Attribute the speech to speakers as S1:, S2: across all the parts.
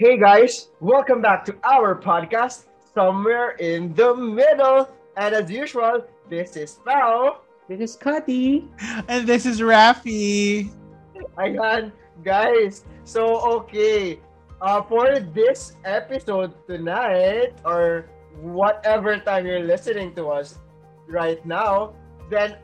S1: Hey guys, welcome back to our podcast, Somewhere in the Middle. And as usual, this is Pao.
S2: This is Cuddy.
S3: And this is Rafi.
S1: Ayan, guys. So, okay. Uh, for this episode tonight, or whatever time you're listening to us right now, then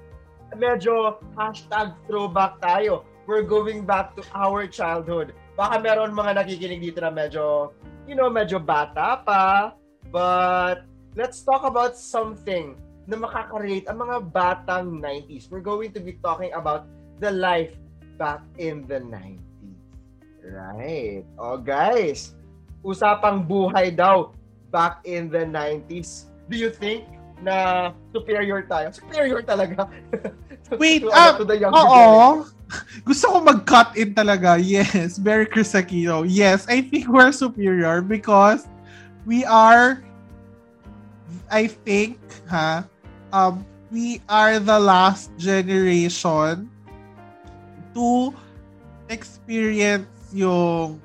S1: medyo hashtag throwback tayo. We're going back to our childhood. Baka meron mga nakikinig dito na medyo, you know, medyo bata pa. But let's talk about something na makaka-relate ang mga batang 90s. We're going to be talking about the life back in the 90s. Right. Oh, guys. Usapang buhay daw back in the 90s. Do you think na superior tayo? Superior talaga.
S3: Wait,
S1: To- ano,
S3: ah,
S1: to the younger
S3: Oo. Gusto ko mag-cut in talaga. Yes. Very Chris Aquino. Yes, I think we're superior because we are, I think, ha, um, we are the last generation to experience yung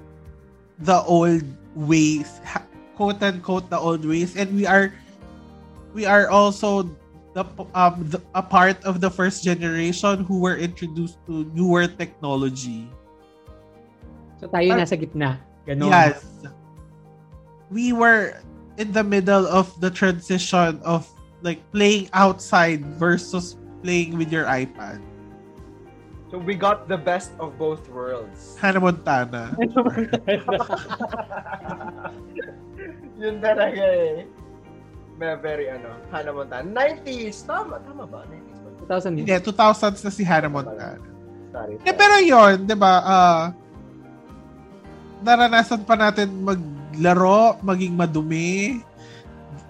S3: the old ways, ha- quote unquote the old ways, and we are we are also the um the, a part of the first generation who were introduced to newer technology.
S2: So tayo
S3: Ah.
S2: nasa gitna. Ganon.
S3: Yes. We were in the middle of the transition of like playing outside versus playing with your iPad.
S1: So we got the best of both worlds.
S3: Hannah Montana.
S1: Yun talaga eh. May very ano, Hannah Montana. 90s! Tama, tama ba? 90s ba?
S2: 2000
S3: Hindi, 2000s na si Hannah Montana.
S1: Sorry.
S3: Eh, pero yon, di ba, ah, naranasan pa natin maglaro, maging madumi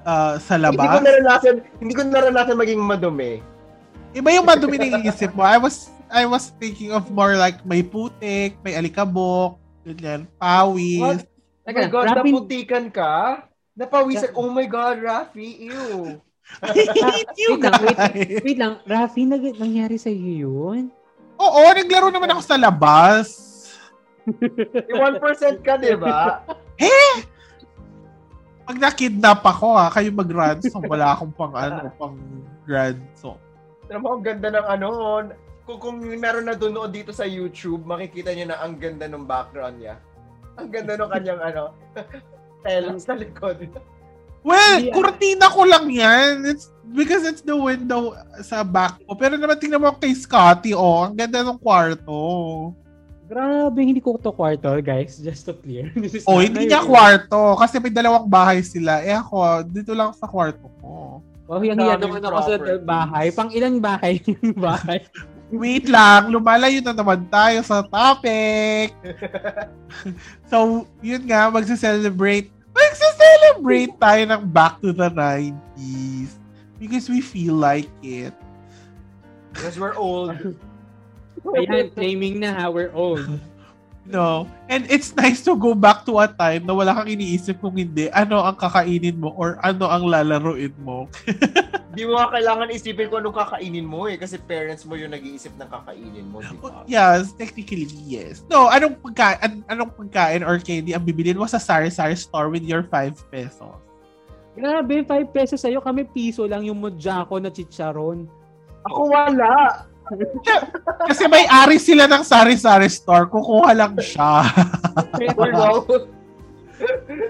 S3: ah, sa
S1: Hindi ko
S3: labas.
S1: naranasan, hindi ko naranasan maging madumi. Oh
S3: Iba yung madumi na iniisip mo. I was I was thinking of more like may putik, may alikabok, ganyan, pawis.
S1: What? Oh
S2: Teka,
S1: my God,
S2: Rafi,
S1: naputikan ka? Napawisan. Oh my God, Rafi, ew.
S3: I hate you
S2: Wait lang, wait lang.
S3: guys.
S2: wait lang. Rafi, nag- nangyari sa iyo yun?
S3: Oo, naglaro naman ako sa labas.
S1: Eh, 1% ka, di ba?
S3: Pag nakidnap ako ha, kayo mag-ransom. Wala akong pang ano, pang ransom.
S1: Alam mo, ang ganda ng ano. Kung, kung meron na doon dito sa YouTube, makikita niyo na ang ganda ng background niya. Ang ganda ng kanyang ano, tela sa likod.
S3: Well,
S2: Hindi, ah.
S3: kurtina ko lang yan. It's because it's the window sa back ko. Pero naman tingnan mo kay Scotty, oh. Ang ganda ng kwarto.
S2: Grabe, hindi ko to kwarto, guys. Just to clear. This is
S3: Oh,
S2: not my
S3: hindi niya
S2: room.
S3: kwarto. Kasi may dalawang bahay sila. Eh ako, dito lang sa kwarto ko.
S2: Oh, yung hiya
S1: Daming
S2: naman ako sa
S1: properties.
S2: bahay. Pang ilang bahay yung bahay?
S3: Wait lang, lumalayo na naman tayo sa topic. so, yun nga, magse-celebrate. Magse-celebrate tayo ng back to the 90s. Because we feel like it.
S1: Because we're old.
S2: Ayan, claiming na ha, we're old.
S3: No? And it's nice to go back to a time na wala kang iniisip kung hindi ano ang kakainin mo or ano ang lalaroin mo.
S1: Di mo nga kailangan isipin kung anong kakainin mo eh. Kasi parents mo yung nag-iisip ng kakainin mo, di ba?
S3: Yes, technically yes. No, anong pagkain, an- anong pagkain or candy ang bibilin mo sa sari-sari store with your 5 pesos?
S2: Grabe, 5 pesos sa'yo. Kami piso lang yung mojako na chicharon.
S1: Ako wala!
S3: Kasi may ari sila ng sari-sari store, kukuha lang siya.
S1: Or no?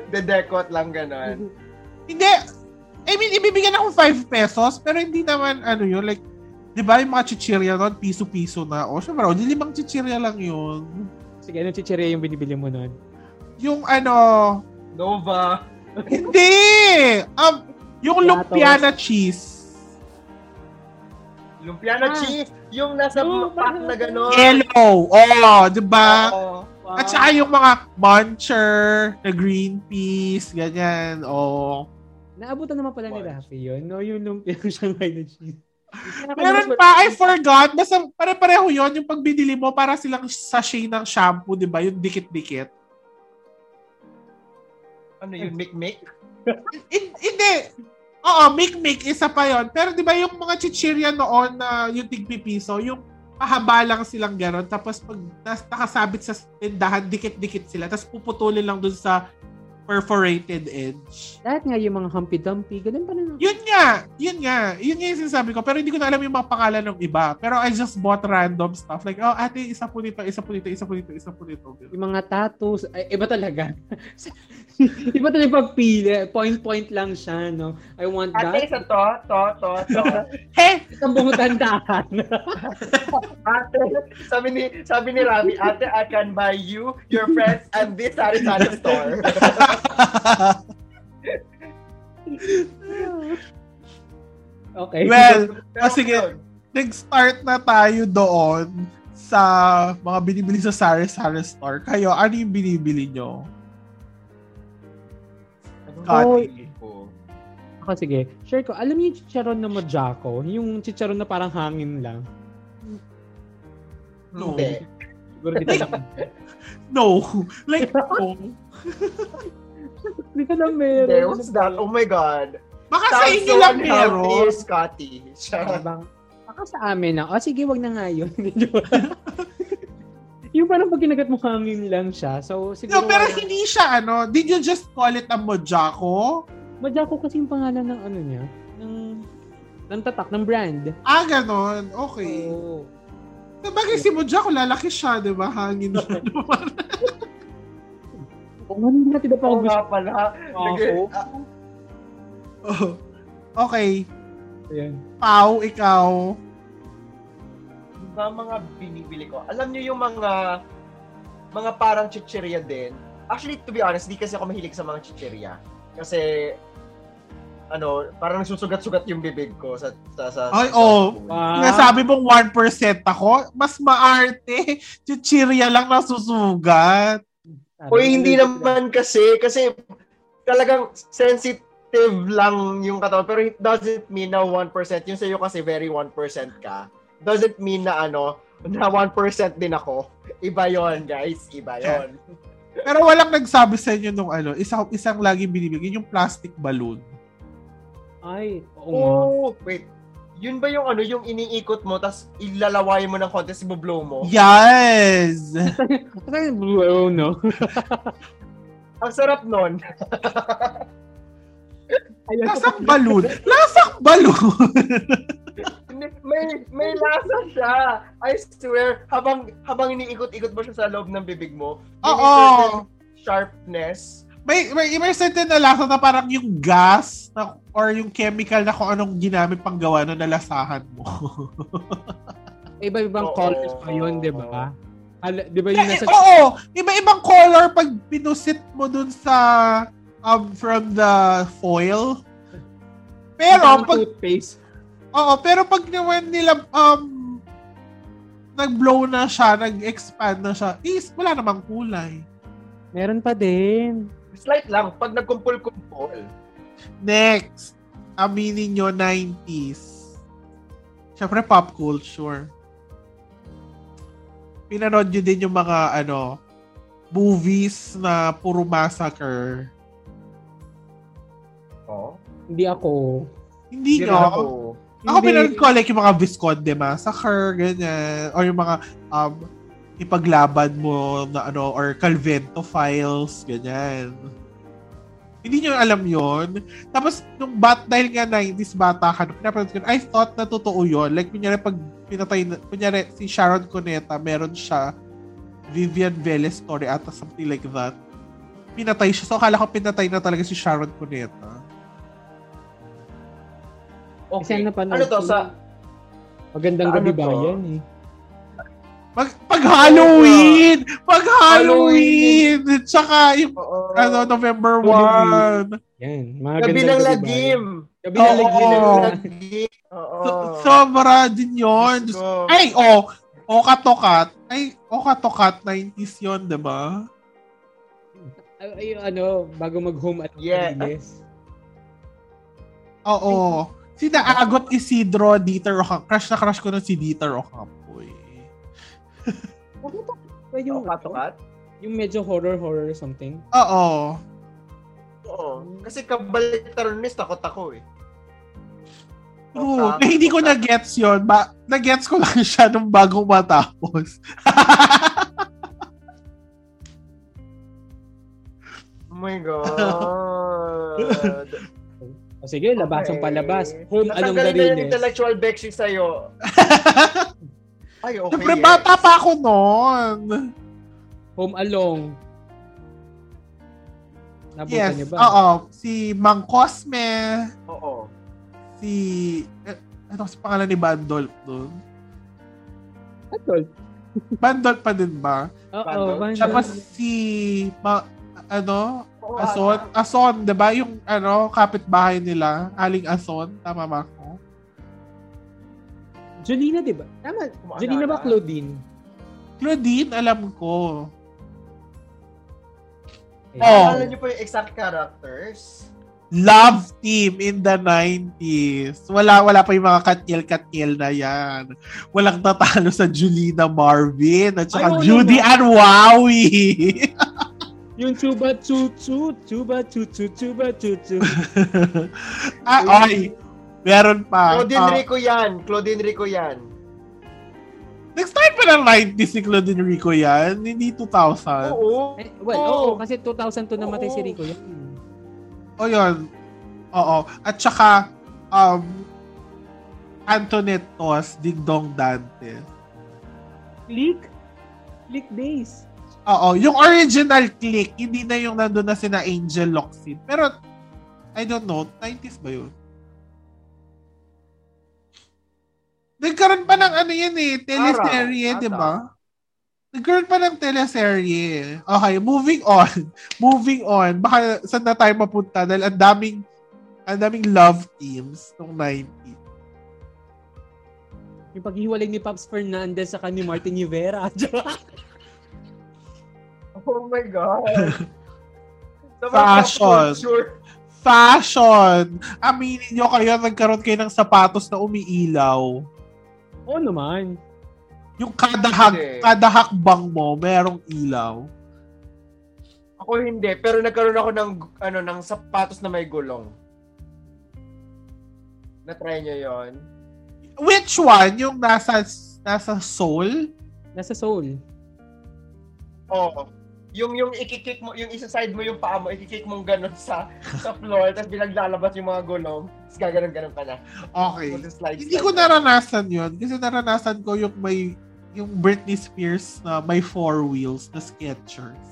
S1: Dedekot lang ganon.
S3: hindi, I mean, ibibigyan ako 5 pesos, pero hindi naman ano yun, like, di ba yung mga chichirya nun, piso-piso na. O, syempre, o, di limang chichirya lang yun.
S2: Sige, anong chichirya yung binibili mo nun?
S3: Yung ano,
S1: Nova.
S3: hindi! Um, yung lumpia na cheese.
S1: Lumpia na
S2: Ah.
S1: cheese. Yung nasa
S2: Nova.
S1: pack na ganon.
S3: Yellow! Oh, di ba?
S1: Oo.
S2: Wow.
S3: At saka yung mga muncher, na green peas, ganyan, o...
S2: Naabutan naman pala ni
S1: March.
S2: Rafi yun. No, yun nung yung Shanghai na cheese.
S3: Meron pa, I forgot, basta pare-pareho yon yung pagbibili mo para silang sachet ng shampoo, di ba? Yung dikit-dikit.
S1: Ano yun? Mikmik?
S3: In- Hindi! Oo, make-make, isa pa yon Pero di ba yung mga chichirya noon na yung tigpipiso, yung pahaba lang silang gano'n. Tapos pag nas, nakasabit sa tindahan, dikit-dikit sila. Tapos puputulin lang dun sa perforated edge.
S2: Lahat nga yung mga hampi-dumpy, ganun pa rin.
S3: Yun nga, yun nga, yun nga yung sinasabi ko. Pero hindi ko na alam yung mga pangalan ng iba. Pero I just bought random stuff. Like, oh, ate, isa po nito, isa po nito, isa po nito, isa po nito.
S2: Yung mga tattoos, ay, iba talaga. iba talaga yung pagpili. Point-point lang siya, no? I want
S1: Ate,
S2: that.
S1: isa to, to, to, to.
S3: Hey!
S2: Isang buong tandahan.
S1: Ate, sabi ni, sabi ni Rami, ate, I can buy you, your friends, and this sari-sari store.
S2: okay.
S3: Well,
S1: Pero
S3: Ah, sige.
S1: yun,
S3: nag-start na tayo doon sa mga binibili sa Sari Sari store. Kayo, ano yung binibili nyo? Kati.
S1: Oh.
S2: Ako sige, share ko. Alam niyo yung chicharon na Mojaco? Yung chicharon na parang hangin lang.
S3: No.
S1: Hindi.
S2: Siguro di ka lang.
S3: No. Like, no.
S2: di ka lang meron.
S1: Hindi, what's that? Oh my God.
S3: Baka sa
S1: Sounds
S3: inyo
S1: so
S3: lang
S1: unhealthy,
S3: meron.
S1: Scotty. Siya.
S2: Bang, baka sa amin na, oh sige, wag na nga yun. yung parang pag kinagat mo hangin lang siya. So, siguro,
S3: No, pero
S2: wala-
S3: hindi siya ano. Did you just call it a Mojako?
S2: Mojaco kasi yung pangalan ng ano niya, ng, ng tatak, ng brand. Oh.
S3: Ah, ganon.
S1: Oh.
S3: Okay.
S2: Oo.
S3: Sabagay si Mojako, lalaki siya, di ba? Hangin siya.
S2: Kung ano yung natin na pa ako
S1: Oo
S2: gusto
S1: nga pala. Sige.
S2: ako.
S1: Ah,
S3: Oh. okay. Ah.
S2: Ayan.
S3: Pau, ikaw.
S1: Diba mga binibili ko? Alam niyo yung mga mga parang chicheria din. Actually, to be honest, di kasi ako mahilig sa mga chicheria. Kasi ano, parang nagsusugat-sugat yung bibig ko sa sa sa
S3: Ay,
S1: sa- sa-
S3: oh.
S2: Wow.
S3: Nga sabi mong 1% ako, mas maarte. Chichirya lang nasusugat.
S2: Ano
S1: Uy, hindi naman kasi kasi talagang sensitive lang yung katawan pero it doesn't mean na 1% yung sa'yo kasi very 1% ka. Doesn't mean na ano na 1% din ako. Iba yon guys. Iba yon
S3: Pero walang nagsabi sa inyo nung ano, isang, isang lagi binibigyan yung plastic balloon.
S2: Ay, oo nga.
S1: Oh, wait. Yun ba yung ano, yung iniikot mo, tapos ilalaway mo ng konti, tapos ibublow mo?
S3: Yes!
S2: Kasi blue, oh no.
S1: Ang sarap nun.
S2: Ayun.
S3: Lasang balloon! Lasang balloon!
S1: may, may lasa siya. I swear, habang, habang iniikot-ikot mo siya sa loob ng bibig mo, may
S3: Oo.
S1: certain sharpness.
S3: May, may, may certain na lasa na parang yung gas na, or yung chemical na kung anong ginamit pang gawa na nalasahan mo.
S1: Oo.
S2: Iba-ibang colors pa yun, di ba? Ala, di ba
S3: Eh,
S2: yung nasa...
S3: oo! Iba-ibang color pag pinusit mo dun sa um, from the foil. Pero
S2: Parang
S3: pag
S2: toothpaste.
S3: Oo, pero pag naman nila um nag-blow na siya, nag-expand na siya, is wala namang kulay.
S2: Meron pa din.
S1: Slight lang, pag nagkumpul-kumpul.
S3: Next, aminin nyo, 90s. Siyempre, pop culture. Pinanood nyo din yung mga, ano, movies na puro massacre.
S1: Oo.
S2: Hindi ako.
S3: Hindi
S1: Hindi rin
S3: nyo.
S1: ako-
S3: Ako
S2: Hindi.
S3: pinanood ko, like, yung mga Visconde Massacre, ganyan. Or yung mga, um, ipaglaban mo na ano, or Calvento Files, ganyan. Hindi nyo alam yon Tapos, nung bat, dahil nga 90s bata ka, nung pinapanood ko, yun, I thought na totoo yun. Like, kunyari, pag pinatay, na- kunyari, si Sharon Cuneta, meron siya, Vivian Velez story ata, something like that. Pinatay siya. So, akala ko pinatay na talaga si Sharon Cuneta.
S2: Kasi
S1: Okay.
S2: ano pa
S1: Ano to, sa,
S2: Magandang
S1: sa ano
S2: gabi
S1: to?
S2: ba yan eh.
S3: Pag, pag Halloween! Pag Halloween! Tsaka yung
S1: Oo.
S3: ano, November
S1: Halloween.
S3: 1.
S2: Yan. Mga
S1: gabi
S2: gandang
S1: ng
S2: gabi ba
S1: lagim.
S2: yan? Gabi
S3: Oo.
S2: ng lagim.
S1: Gabi ng
S3: Oo.
S1: lagim. Oo.
S3: So, sobra din yun.
S1: Oh. Let's
S3: Diyos-
S1: go.
S3: Ay, oh! Oka Tokat. Ay, Oka Tokat, 90s yun, di ba?
S2: Ay- ay, ano, bago mag-home at
S1: Yeah.
S2: Mariles.
S3: Oo. Si Naagot Isidro, Dieter Ocampo. Crush na crush ko nun si Dieter Ocampo. eh.
S2: Bakit ako? Ba
S1: Yung
S2: yung,
S1: katukat?
S2: yung medyo horror-horror something.
S3: Oo.
S1: Hmm. Oo. Kasi kabalik taronis, takot ako eh.
S3: True. Eh, hindi ko na-gets yun. Ba- na-gets ko lang siya nung bagong matapos.
S1: Oh my God.
S2: O sige, labasang
S1: Okay.
S2: palabas. Home Along the
S1: Natanggalin na yung
S2: Reyes.
S1: intellectual bexing sa'yo. Ay, okay.
S3: Siyempre,
S1: yes.
S3: bata pa ako noon.
S2: Home Along. Nabutan
S3: Yes.
S2: niyo ba?
S3: Oo. Si Mang Cosme.
S1: Oo.
S3: Si... eh, Ano sa pangalan ni Bandol doon?
S2: Adult.
S3: Bandol pa din ba?
S2: Oo,
S1: Bandol.
S2: Bandol.
S3: Tapos si... Ma, ano?
S1: Oo, ah,
S3: Ason?
S1: ata.
S3: Ason, di ba? Yung ano, kapitbahay nila. Aling Ason. Tama ba ako?
S2: Jolina, di ba?
S1: ah,
S2: Tama.
S1: Kumaalala.
S2: Jolina ba Claudine?
S3: Claudine, alam ko.
S2: Eh,
S3: Oo.
S1: Alam niyo po yung exact characters?
S3: Love team in the 90s. Wala, wala pa yung mga katil-katil na yan. Walang tatalo sa Julina Marvin
S2: Ay,
S3: at saka
S2: wala
S3: Judy
S2: na.
S3: and Wowie.
S2: Yung chuba chuchu, chuba chuchu, chuba chuchu.
S3: ah, oy, meron pa.
S1: Claudine
S3: Ah,
S1: Rico yan. Claudine Rico yan.
S3: nag-start pa ng 90s si Claudine Rico yan. Hindi 2000.
S1: Oo.
S2: Eh, well, oo,
S1: Oo.
S2: kasi 2002 namatay
S1: Oo.
S2: si Rico yun.
S3: O yun. Oo. At saka, um, Antoinette Toss, Ding Dong Dante.
S2: Click? Click days.
S3: Oo, yung original click, hindi na yung nandun na sina Angel Locsin. Pero, I don't know, 90s ba yun? Nagkaroon pa ng ano yun eh, teleserye,
S1: Araw,
S3: di ba? Nagkaroon pa ng teleserye. Okay, moving on. moving on. Baka saan na tayo mapunta dahil ang daming, ang daming love teams nung 90s.
S2: Yung paghiwalay ni Pops Fernandez sa ni Martin Rivera.
S1: Oh my God. Sobrang
S3: Fashion.
S1: pop-culture.
S3: Fashion! Aminin nyo kayo, nagkaroon kayo ng sapatos na umiilaw.
S2: Oo naman.
S3: Yung kada, hag,
S1: Hindi.
S3: kada hakbang mo, merong ilaw.
S1: Ako hindi, pero nagkaroon ako ng ano ng sapatos na may gulong. Na-try niyo 'yon?
S3: Which one? Yung nasa nasa soul?
S2: Nasa Seoul.
S1: Oo. Yung yung ikikik mo, yung isa side mo yung paa mo, ikikik mong ganun sa sa floor, tapos bilang lalabas yung mga gulong, tapos gaganon-ganon ka na.
S3: Okay.
S1: Slide, slide,
S3: Hindi
S1: slide.
S3: ko naranasan yun. Kasi naranasan ko yung may yung Britney Spears na may four wheels na Skechers.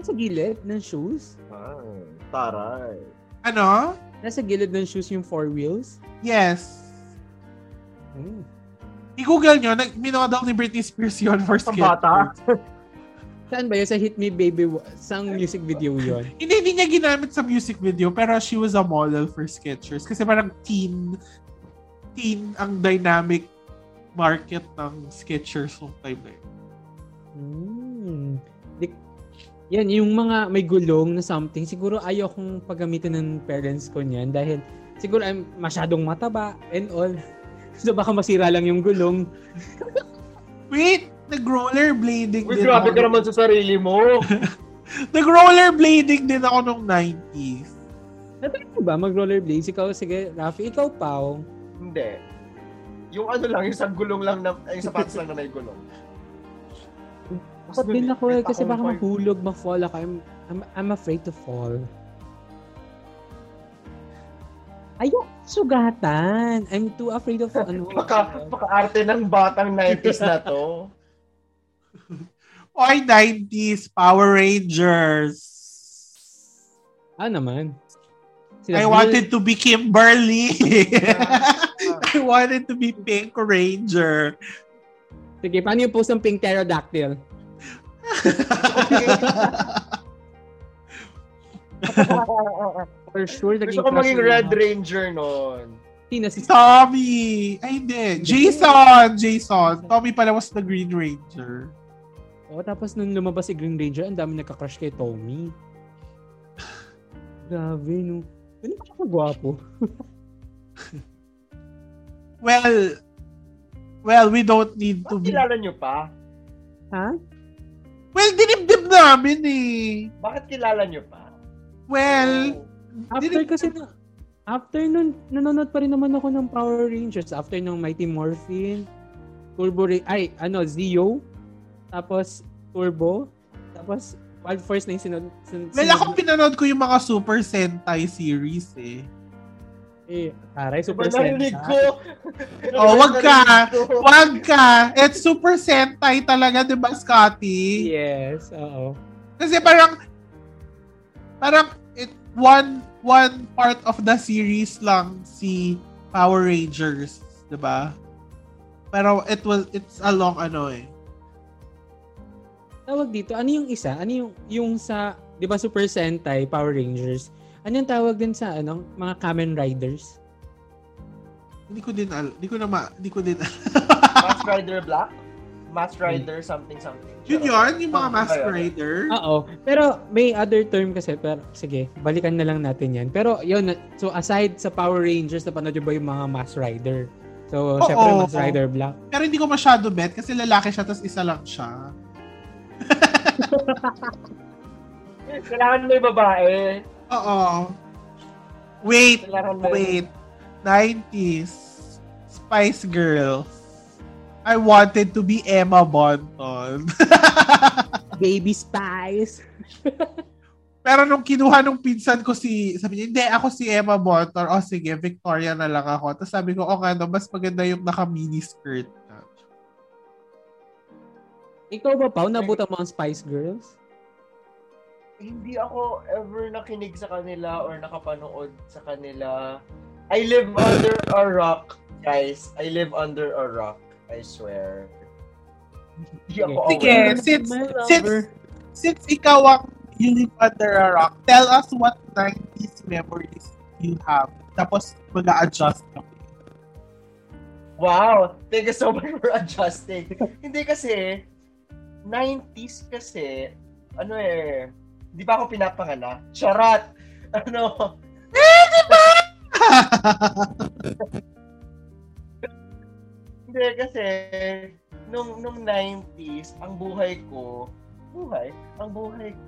S2: Nasa gilid ng shoes.
S1: Ay, Ah, taray.
S3: Ano?
S2: Nasa gilid ng shoes yung four wheels.
S3: Yes.
S2: Hmm.
S3: I-google nyo, nag minodok ni Britney Spears yun for
S1: Sa
S3: Skechers.
S1: bata?
S2: Saan ba yun? Sa Hit Me Baby, wa- saang music video yun?
S3: Hindi, hindi niya ginamit sa music video, pero she was a model for Skechers. Kasi parang teen, teen ang dynamic market ng Skechers nung time na yun.
S2: Hmm. Di- yan, yung mga may gulong na something, siguro ayaw kong paggamitin ng parents ko niyan dahil siguro I'm masyadong mataba and all. So baka masira lang yung gulong.
S3: Wait! Nag-rollerblading
S1: Uy,
S3: din
S1: grabe
S3: ako.
S1: ka naman sa sarili mo.
S3: Nag-rollerblading din ako nung 90s.
S2: Natry mo Ah, ba mag-rollerblades? Ikaw, sige, Rafi, ikaw, Pao.
S1: hindi. Yung ano lang, yung sa gulong lang, na, ay, yung sapatos lang na may gulong.
S2: Takot din ako eh, kasi baka
S1: May takong
S2: mahulog, ma-fall ako. I'm, I'm, I'm afraid to fall. Ayok, sugatan. I'm too afraid of ano.
S1: Baka, baka arte ng batang 90s na to.
S3: Oy, 90s Power Rangers.
S2: Ah, naman. Sila
S3: I
S2: Bill-
S3: wanted to be Kimberly. I wanted to be Pink Ranger.
S2: Sige, paano yung post ng pink pterodactyl? For sure,
S1: Gusto ko maging Red Ranger noon.
S2: Tina, si
S3: Tommy. Ay, hindi. Jason. Jason. Tommy pala was the Green Ranger.
S2: Oh, tapos nung lumabas si Green Ranger, ang dami nagka-crush kay Tommy. Grabe, no. Ganun pa siya kagwapo.
S3: Well, well, we don't need to be...
S1: Kilala nyo pa?
S2: Ha?
S3: Well, dinibdib namin eh.
S1: Bakit kilala nyo pa?
S3: Well,
S2: After kasi na, After nun, nanonood pa rin naman ako ng Power Rangers. After ng Mighty Morphin, Turbo Ra- ay, ano, Zeo, tapos Turbo, tapos Wild Force na yung sinun, sin-
S3: Well,
S2: sinun-
S3: ako pinanood ko yung mga Super Sentai series eh.
S2: eh, taray, Super
S1: Diba narinig ko?
S3: Oh, wag ka.
S1: Narinig ko.
S3: Wag ka! It's Super Sentai talaga, di ba, Scotty?
S2: Yes, oo.
S3: Kasi parang, parang, it, one, one part of the series lang si Power Rangers, di ba? Pero it was, it's a long ano eh.
S2: Tawag dito, ano yung isa? Ano yung, yung sa, di ba Super Sentai, Power Rangers? Ano yung tawag din sa, ano, mga Kamen Riders?
S3: Hindi ko din al, hindi ko na ma, hindi ko din al.
S1: Mask Rider Black? Mask Rider something something.
S3: Yun yun, yung mga
S1: Oh,
S3: Mask
S1: ayun.
S3: Rider.
S2: Oo. Pero may other term kasi. Pero sige, balikan na lang natin yan. Pero yun, so aside sa Power Rangers, napanood nyo ba yung mga Mass Rider? So,
S3: Oo.
S2: syempre Mass Rider Black.
S3: Pero hindi ko masyado bet kasi lalaki siya tapos isa lang siya.
S1: Kailangan may babae.
S3: Oo. Wait,
S1: Kailangan may...
S3: Wait. 90s. Spice Girls. I wanted to be Emma Bonton.
S2: Baby Spice.
S3: Pero nung kinuha nung pinsan ko si, sabi niya, hindi, ako si Emma Bonton. O sige, Victoria na lang ako. Tapos sabi ko, o nga, no, mas maganda yung naka-mini skirt. na."
S2: Ikaw ba, Pao? Nabutan mo ang Spice Girls?
S1: Hindi ako ever nakinig sa kanila or nakapanood sa kanila. I live under a rock, guys. I live under a rock. I swear. Hindi ako
S3: Sige,
S1: aware.
S3: since,
S2: My lover.
S3: since, since ikaw ang you live under a rock, tell us what 90s memories you have. Tapos, mag-a-adjust ako.
S1: Wow! Thank you so much for adjusting. Hindi kasi, 90s kasi, ano eh, di pa ako pinapanganak. Charat! Ano? Hindi kasi, nung, nung 90s, ang buhay ko, buhay, ang buhay ko,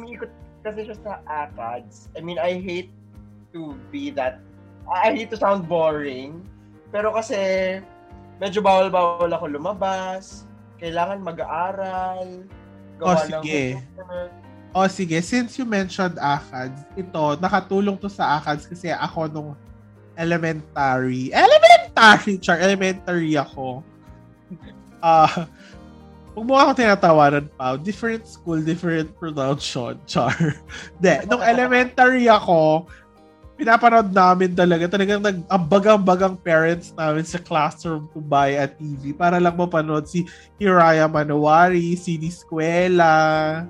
S1: umiikot kasi siya sa ACADS. I mean, I hate to be that, I hate to sound boring, pero kasi, medyo bawal-bawal ako lumabas. Kailangan mag-aaral.
S3: Oh, sige.
S1: homework.
S3: O Oh, sige, since you mentioned ACADS, ito, nakatulong to sa ACADS kasi ako nung elementary. Elementary! Char, elementary ako. Ah, huwag mo ako tinatawaran pa. Different school, different pronunciation. Char. De, nung elementary ako, pinapanood namin talaga, talagang nag, ambagang-bagang parents namin sa classroom to buy a TV para lang mapanood si Hiraya Manowari, si Nisquela,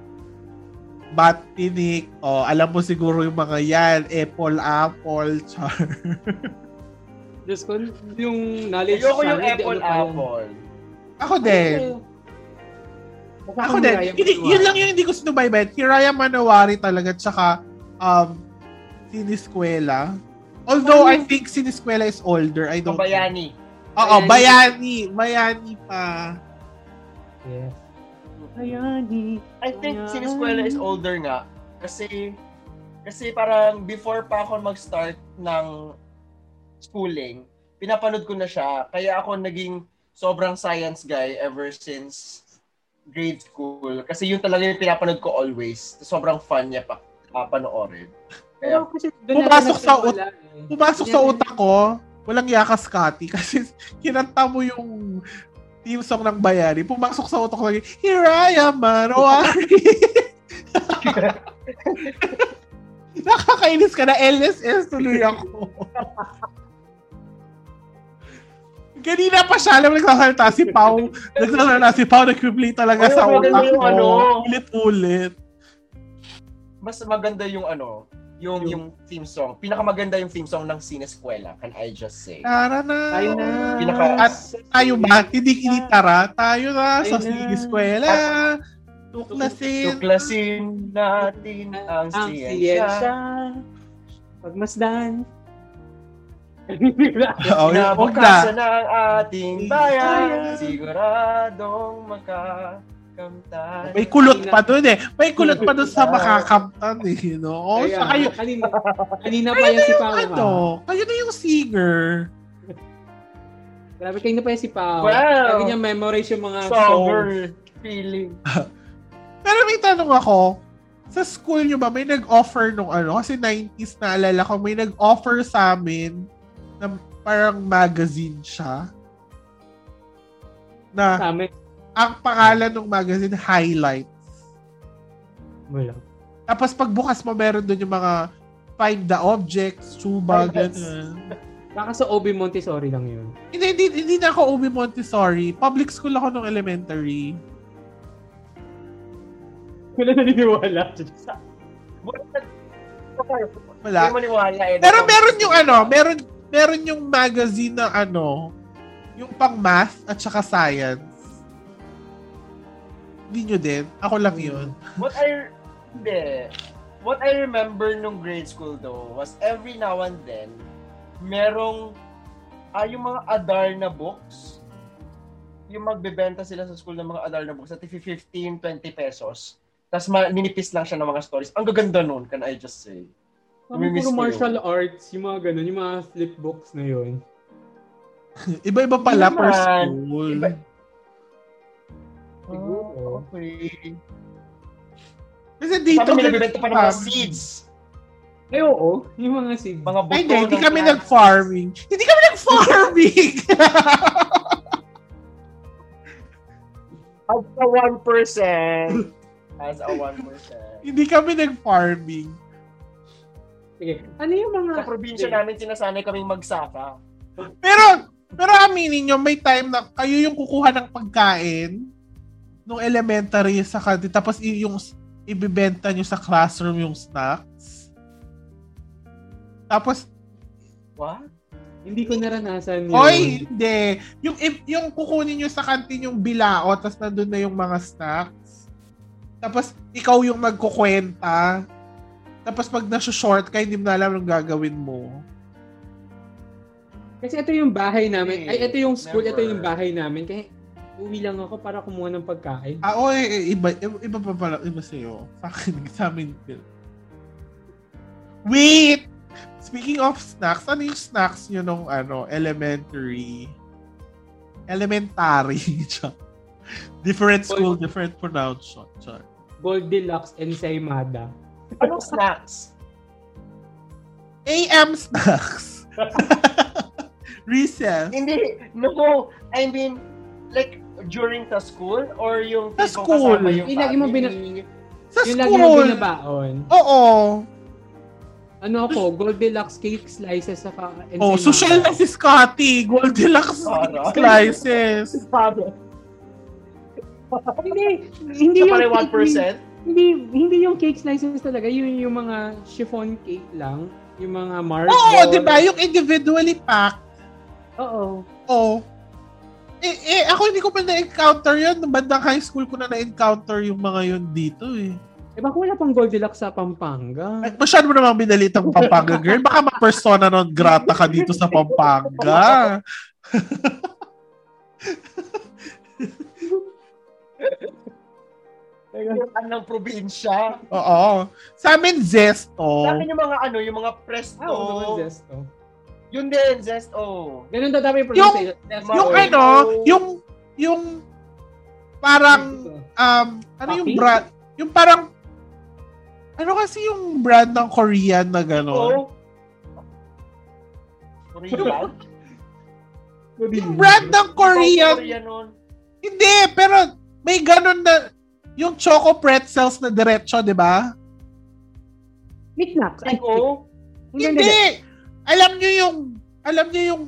S3: Batinik. O, Oh, alam mo siguro yung mga yan. Apple, Apple, char.
S2: Diyos ko, yung knowledge.
S1: Ayoko yung
S2: sana, di
S1: Apple
S2: ano pa yun.
S1: Apple.
S3: Ako din. Ako din. Hindi, yun lang yung hindi ko sinubaybay. Hiraya Manowari talaga, tsaka um, Siniskwela. Although I think Siniskwela is older. I don't
S1: Kabayani.
S3: Oo, Bayani. Bayani pa.
S2: Yes. Ayani.
S1: I think
S2: Ayan.
S1: siniskwela is older nga. Kasi, kasi parang before pa ako mag-start ng schooling, pinapanood ko na siya. Kaya ako naging sobrang science guy ever since grade school. Kasi yun talaga yung pinapanood ko always. Sobrang fun niya pa ah, panoorin. Kaya,
S2: Pero kasi doon natin
S3: Pumasok sa
S2: nagsimula eh.
S3: Pumasok sa utak ko, walang yakas Kati kasi kinanta mo yung theme song ng Bayani. Pumasok sa utak ko lagi, Hiraya Manowari. Nakakainis ka na. LSS tuloy ako. Kanina pa siya, alam mo, nagsasalita si Pau. Nagsasalita si Pau, nag-replay
S1: Ay,
S3: talaga sa
S1: maganda
S3: utak
S1: yung
S3: ko.
S1: ano.
S3: Ulit-ulit.
S1: mas maganda yung ano, yung, yung theme song. Pinakamaganda yung theme song ng Sineskwela, can I just say.
S3: Tara na.
S2: Tayo na.
S1: Pinaka-
S3: At tayo ba? Hindi kinitara. Tayo na sa
S2: Tayo na.
S3: eskwela. Tuklasin.
S1: Tuklasin natin ang,
S2: ang
S1: siyensya.
S2: siyensya. Pagmasdan.
S3: Oo, Oh, yun. Huwag na.
S1: Pinabukasan na ang ating bayan,
S2: Bayan.
S1: siguradong maka kamtan.
S3: May kulot pa dun eh. May kulot pa dun sa makakamtan eh. You know? Oh,
S2: Kaya,
S3: sa kayo,
S2: kanina, kanina pa
S3: kayo
S2: yan si ah.
S3: na yung
S2: Pao.
S3: ano, kayo na yung singer.
S2: Grabe, kanina pa yan si Pao.
S1: Wow.
S2: Lagi niya memorize yung mga songs.
S1: Summer feeling.
S3: Pero may tanong ako, sa school nyo ba, may nag-offer nung ano? Kasi 90s na alala ko, may nag-offer sa amin na parang magazine siya. Na
S2: Sa amin.
S3: ang pangalan ng magazine, Highlight.
S2: Wala.
S3: Tapos pagbukas mo, meron doon yung mga find the objects, suba,
S1: Highlights.
S3: ganun.
S2: Baka sa OB Montessori lang yun.
S3: Hindi, hindi, hindi na ako Umi Montessori. Public school ako nung elementary.
S2: Wala naniniwala.
S1: Hindi
S3: Wala.
S1: mo niwala eh.
S3: Pero meron yung ano, meron, meron yung magazine na ano, yung pang math at saka science. Hindi nyo din. Ako lang yun.
S1: What I... Hindi. What I remember nung grade school though was every now and then, merong... Ah, yung mga Adar na books. Yung magbebenta sila sa school ng mga Adar na books at 15, 20 pesos. Tapos ma- ninipis lang siya ng mga stories. Ang gaganda nun, can I just say.
S2: Kami
S1: Namimiss ko yun.
S2: puro martial arts, yung mga ganun, yung mga flip books na yun.
S3: Iba-iba pala
S1: Hindi
S3: per
S1: naman.
S3: school.
S1: Iba-
S2: Siguro.
S1: okay.
S3: Kasi Ah, dito...
S1: Sabi nila, bibenta pa ng mga
S3: farming.
S1: seeds.
S2: Eh, oo. Yung mga sig.
S1: Mga buto
S3: Ay, hindi. Hindi
S1: ng
S3: kami
S1: plants.
S3: nag-farming. Hindi kami nag-farming!
S1: As a 1%. As a 1%.
S3: hindi kami nag-farming.
S2: Sige. Ano yung mga...
S3: Ah,
S1: Sa probinsya namin, sinasanay kaming magsaka.
S3: Pero, pero aminin nyo, may time na kayo yung kukuha ng pagkain nung elementary sa kanti, tapos i- yung s- ibibenta nyo sa classroom yung snacks. Tapos,
S1: What?
S2: Hindi ko naranasan yun.
S3: oy, hindi. Yung, i- yung kukunin nyo sa kantin yung bilao, tapos nandun na yung mga snacks. Tapos, ikaw yung magkukwenta. Tapos, pag nasa-short ka, hindi mo na alam anong gagawin mo.
S2: Kasi ito yung bahay namin. Ay, ito yung school, ito
S1: Never.
S2: yung bahay namin. Kaya uwi lang ako para kumuha ng pagkain.
S3: Ah, oh, iba, iba, iba pa pala, iba sa'yo. Sa akin, sa amin. Wait! Speaking of snacks, ano yung snacks nyo nung ano, elementary? Elementary. Char. different school, different pronunciation. Char.
S2: Gold Deluxe and Saimada.
S1: Anong snacks?
S3: AM snacks. Recess.
S1: Hindi. No. I mean, like, during sa school or yung
S3: Sa
S1: tipong
S3: school.
S1: kasama yung
S2: Yung lagi mong
S1: family?
S3: Sa
S2: Yung lagi na
S3: school.
S2: binabaon.
S3: Oo.
S2: Ano ako, Gold Deluxe cake slices saka and
S3: Oh, social na si Scotty. Gold Deluxe
S1: Sarap.
S3: slices.
S1: Sabi.
S2: Hindi, hindi
S1: Sa
S2: yung
S1: pala
S2: cake,
S1: 1%.
S2: Hindi, hindi yung cake slices talaga. Yung, yung mga chiffon cake lang. Yung mga marble.
S3: Oo, di ba? Yung individually packed.
S2: Oo.
S3: Oo. Eh, eh, ako hindi ko pa na-encounter yun. Nung Bandang high school ko na na-encounter yung mga yun dito eh.
S2: Eh, baka wala pang Gold Deluxe sa Pampanga.
S3: Ay, masyado mo namang binalitang Pampanga girl. Baka ma-persona non grata ka dito sa Pampanga.
S1: Yung anong probinsya.
S3: Oo. Sa amin, Zesto.
S1: Sa akin yung mga ano, yung mga presto.
S2: Ah, oo naman, Zesto.
S1: Yun din, zesto.
S2: Ganun daw dapat yung pronunciation. Zesto.
S3: Yung
S1: Mao.
S3: ano, yung, yung parang, um, ano yung
S2: Papi?
S3: brand? Yung parang, ano kasi yung brand ng Korean na
S1: Oh.
S3: gano'n?
S1: Korean?
S3: Yung brand ng Korean
S1: Oh, Korean nun.
S3: Hindi, pero may ganun na yung choco pretzels na diretso, di ba?
S2: Knickknacks. Ay,
S1: Eko?
S3: Hindi! Alam nyo yung, alam nyo yung,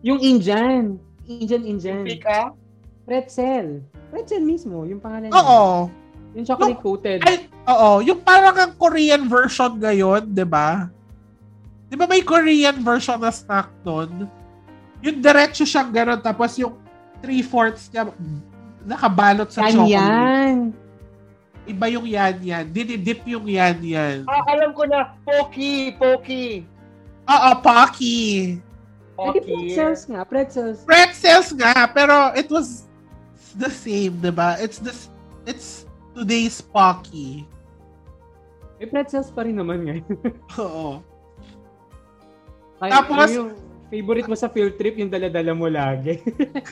S2: Yung Indian. Indian, Indian.
S1: Pika?
S2: Pretzel. Pretzel mismo, yung pangalan niya.
S3: oo,
S2: Yung chocolate coated.
S3: Ay- oo, yung parang ang Korean version ngayon, di ba? Di ba may Korean version na snack nun? Yung diretso siyang ganun, tapos yung three-fourths niya nakabalot sa
S2: yan
S3: chocolate.
S2: yan.
S3: Iba yung yan-yan. Dinidip yung yan-yan.
S1: Ah, alam ko na. Poki, Poki.
S3: Oo, Pocky.
S2: Ay, di pretzels nga, pretzels.
S3: pretzels nga, pero it was the same, di ba? It's the, it's today's Pocky.
S2: May pretzels pa rin naman ngayon.
S3: Oo.
S2: Kaya,
S3: Tapos-
S2: ano yung favorite mo sa field trip, yung daladala mo lagi.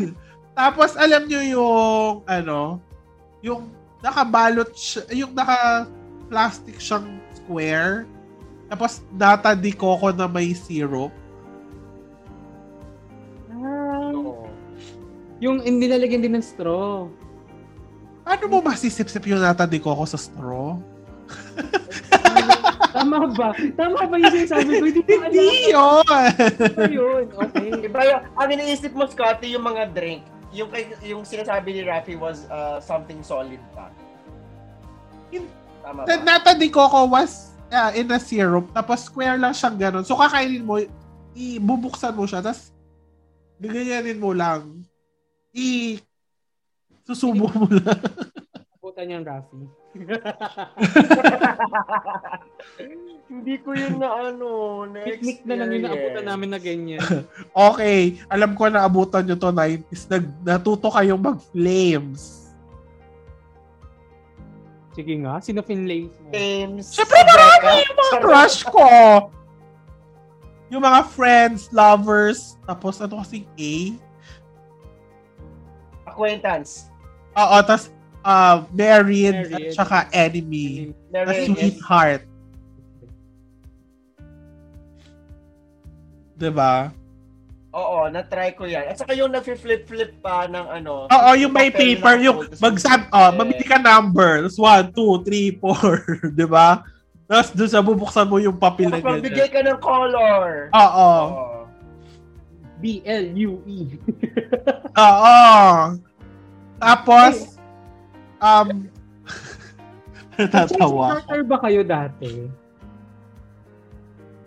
S3: Tapos alam nyo yung ano, yung nakabalot siya, yung naka plastic siyang square. Tapos data di coco na may syrup.
S1: Oo.
S2: yung hindi nalagyan din ng straw.
S3: Ano mo masisip-sip yung nata di coco sa straw?
S2: Tama ba? Tama ba yung sinasabi ko? Hindi ko alam.
S3: Hindi yun!
S2: Ano yun? Okay.
S1: Iba yung, ang iniisip mo, Scotty, yung mga drink. Yung, kay- yung sinasabi ni Rafi was uh, something solid pa.
S3: Yun.
S1: Tama
S3: The
S1: ba?
S3: nata di coco was ah, in a syrup, tapos square lang siyang ganun. So kakainin mo, ibubuksan mo siya, tapos gaganyanin mo lang. I susubo mo lang.
S2: Puta niyan, Rafi.
S1: Hindi ko yun na ano, na
S2: Picnic na lang yung naabutan namin na ganyan.
S3: Okay, alam ko na abutan nyo to 90s. Nag, natuto kayong mag-flames.
S2: Sige nga, sino finlays mo?
S1: Games. ah,
S3: Siyempre, marami yung mga crush ko. Yung mga friends, lovers, tapos ano kasing A.
S1: Acquaintance.
S3: Oo, tapos uh, married, at
S2: Married.
S3: saka enemy. Na
S1: Married.
S3: sweetheart. Diba?
S1: Oo, na-try ko yan. At saka yung na-flip-flip pa ng ano.
S3: Oo, yung may
S1: papel
S3: paper,
S1: na
S3: yung
S1: fold.
S3: magsab, oh,
S1: Eh,
S3: mamili ka number. Tapos one, two, three, four. Diba? Tapos doon sa bubuksan mo yung papel na
S1: Tapos
S3: ganyan.
S1: magbigay ka ng color.
S3: Oo.
S1: Oo.
S2: B-L-U-E.
S3: Oo. Tapos, um, natatawa ako.
S2: Charter ba kayo dati?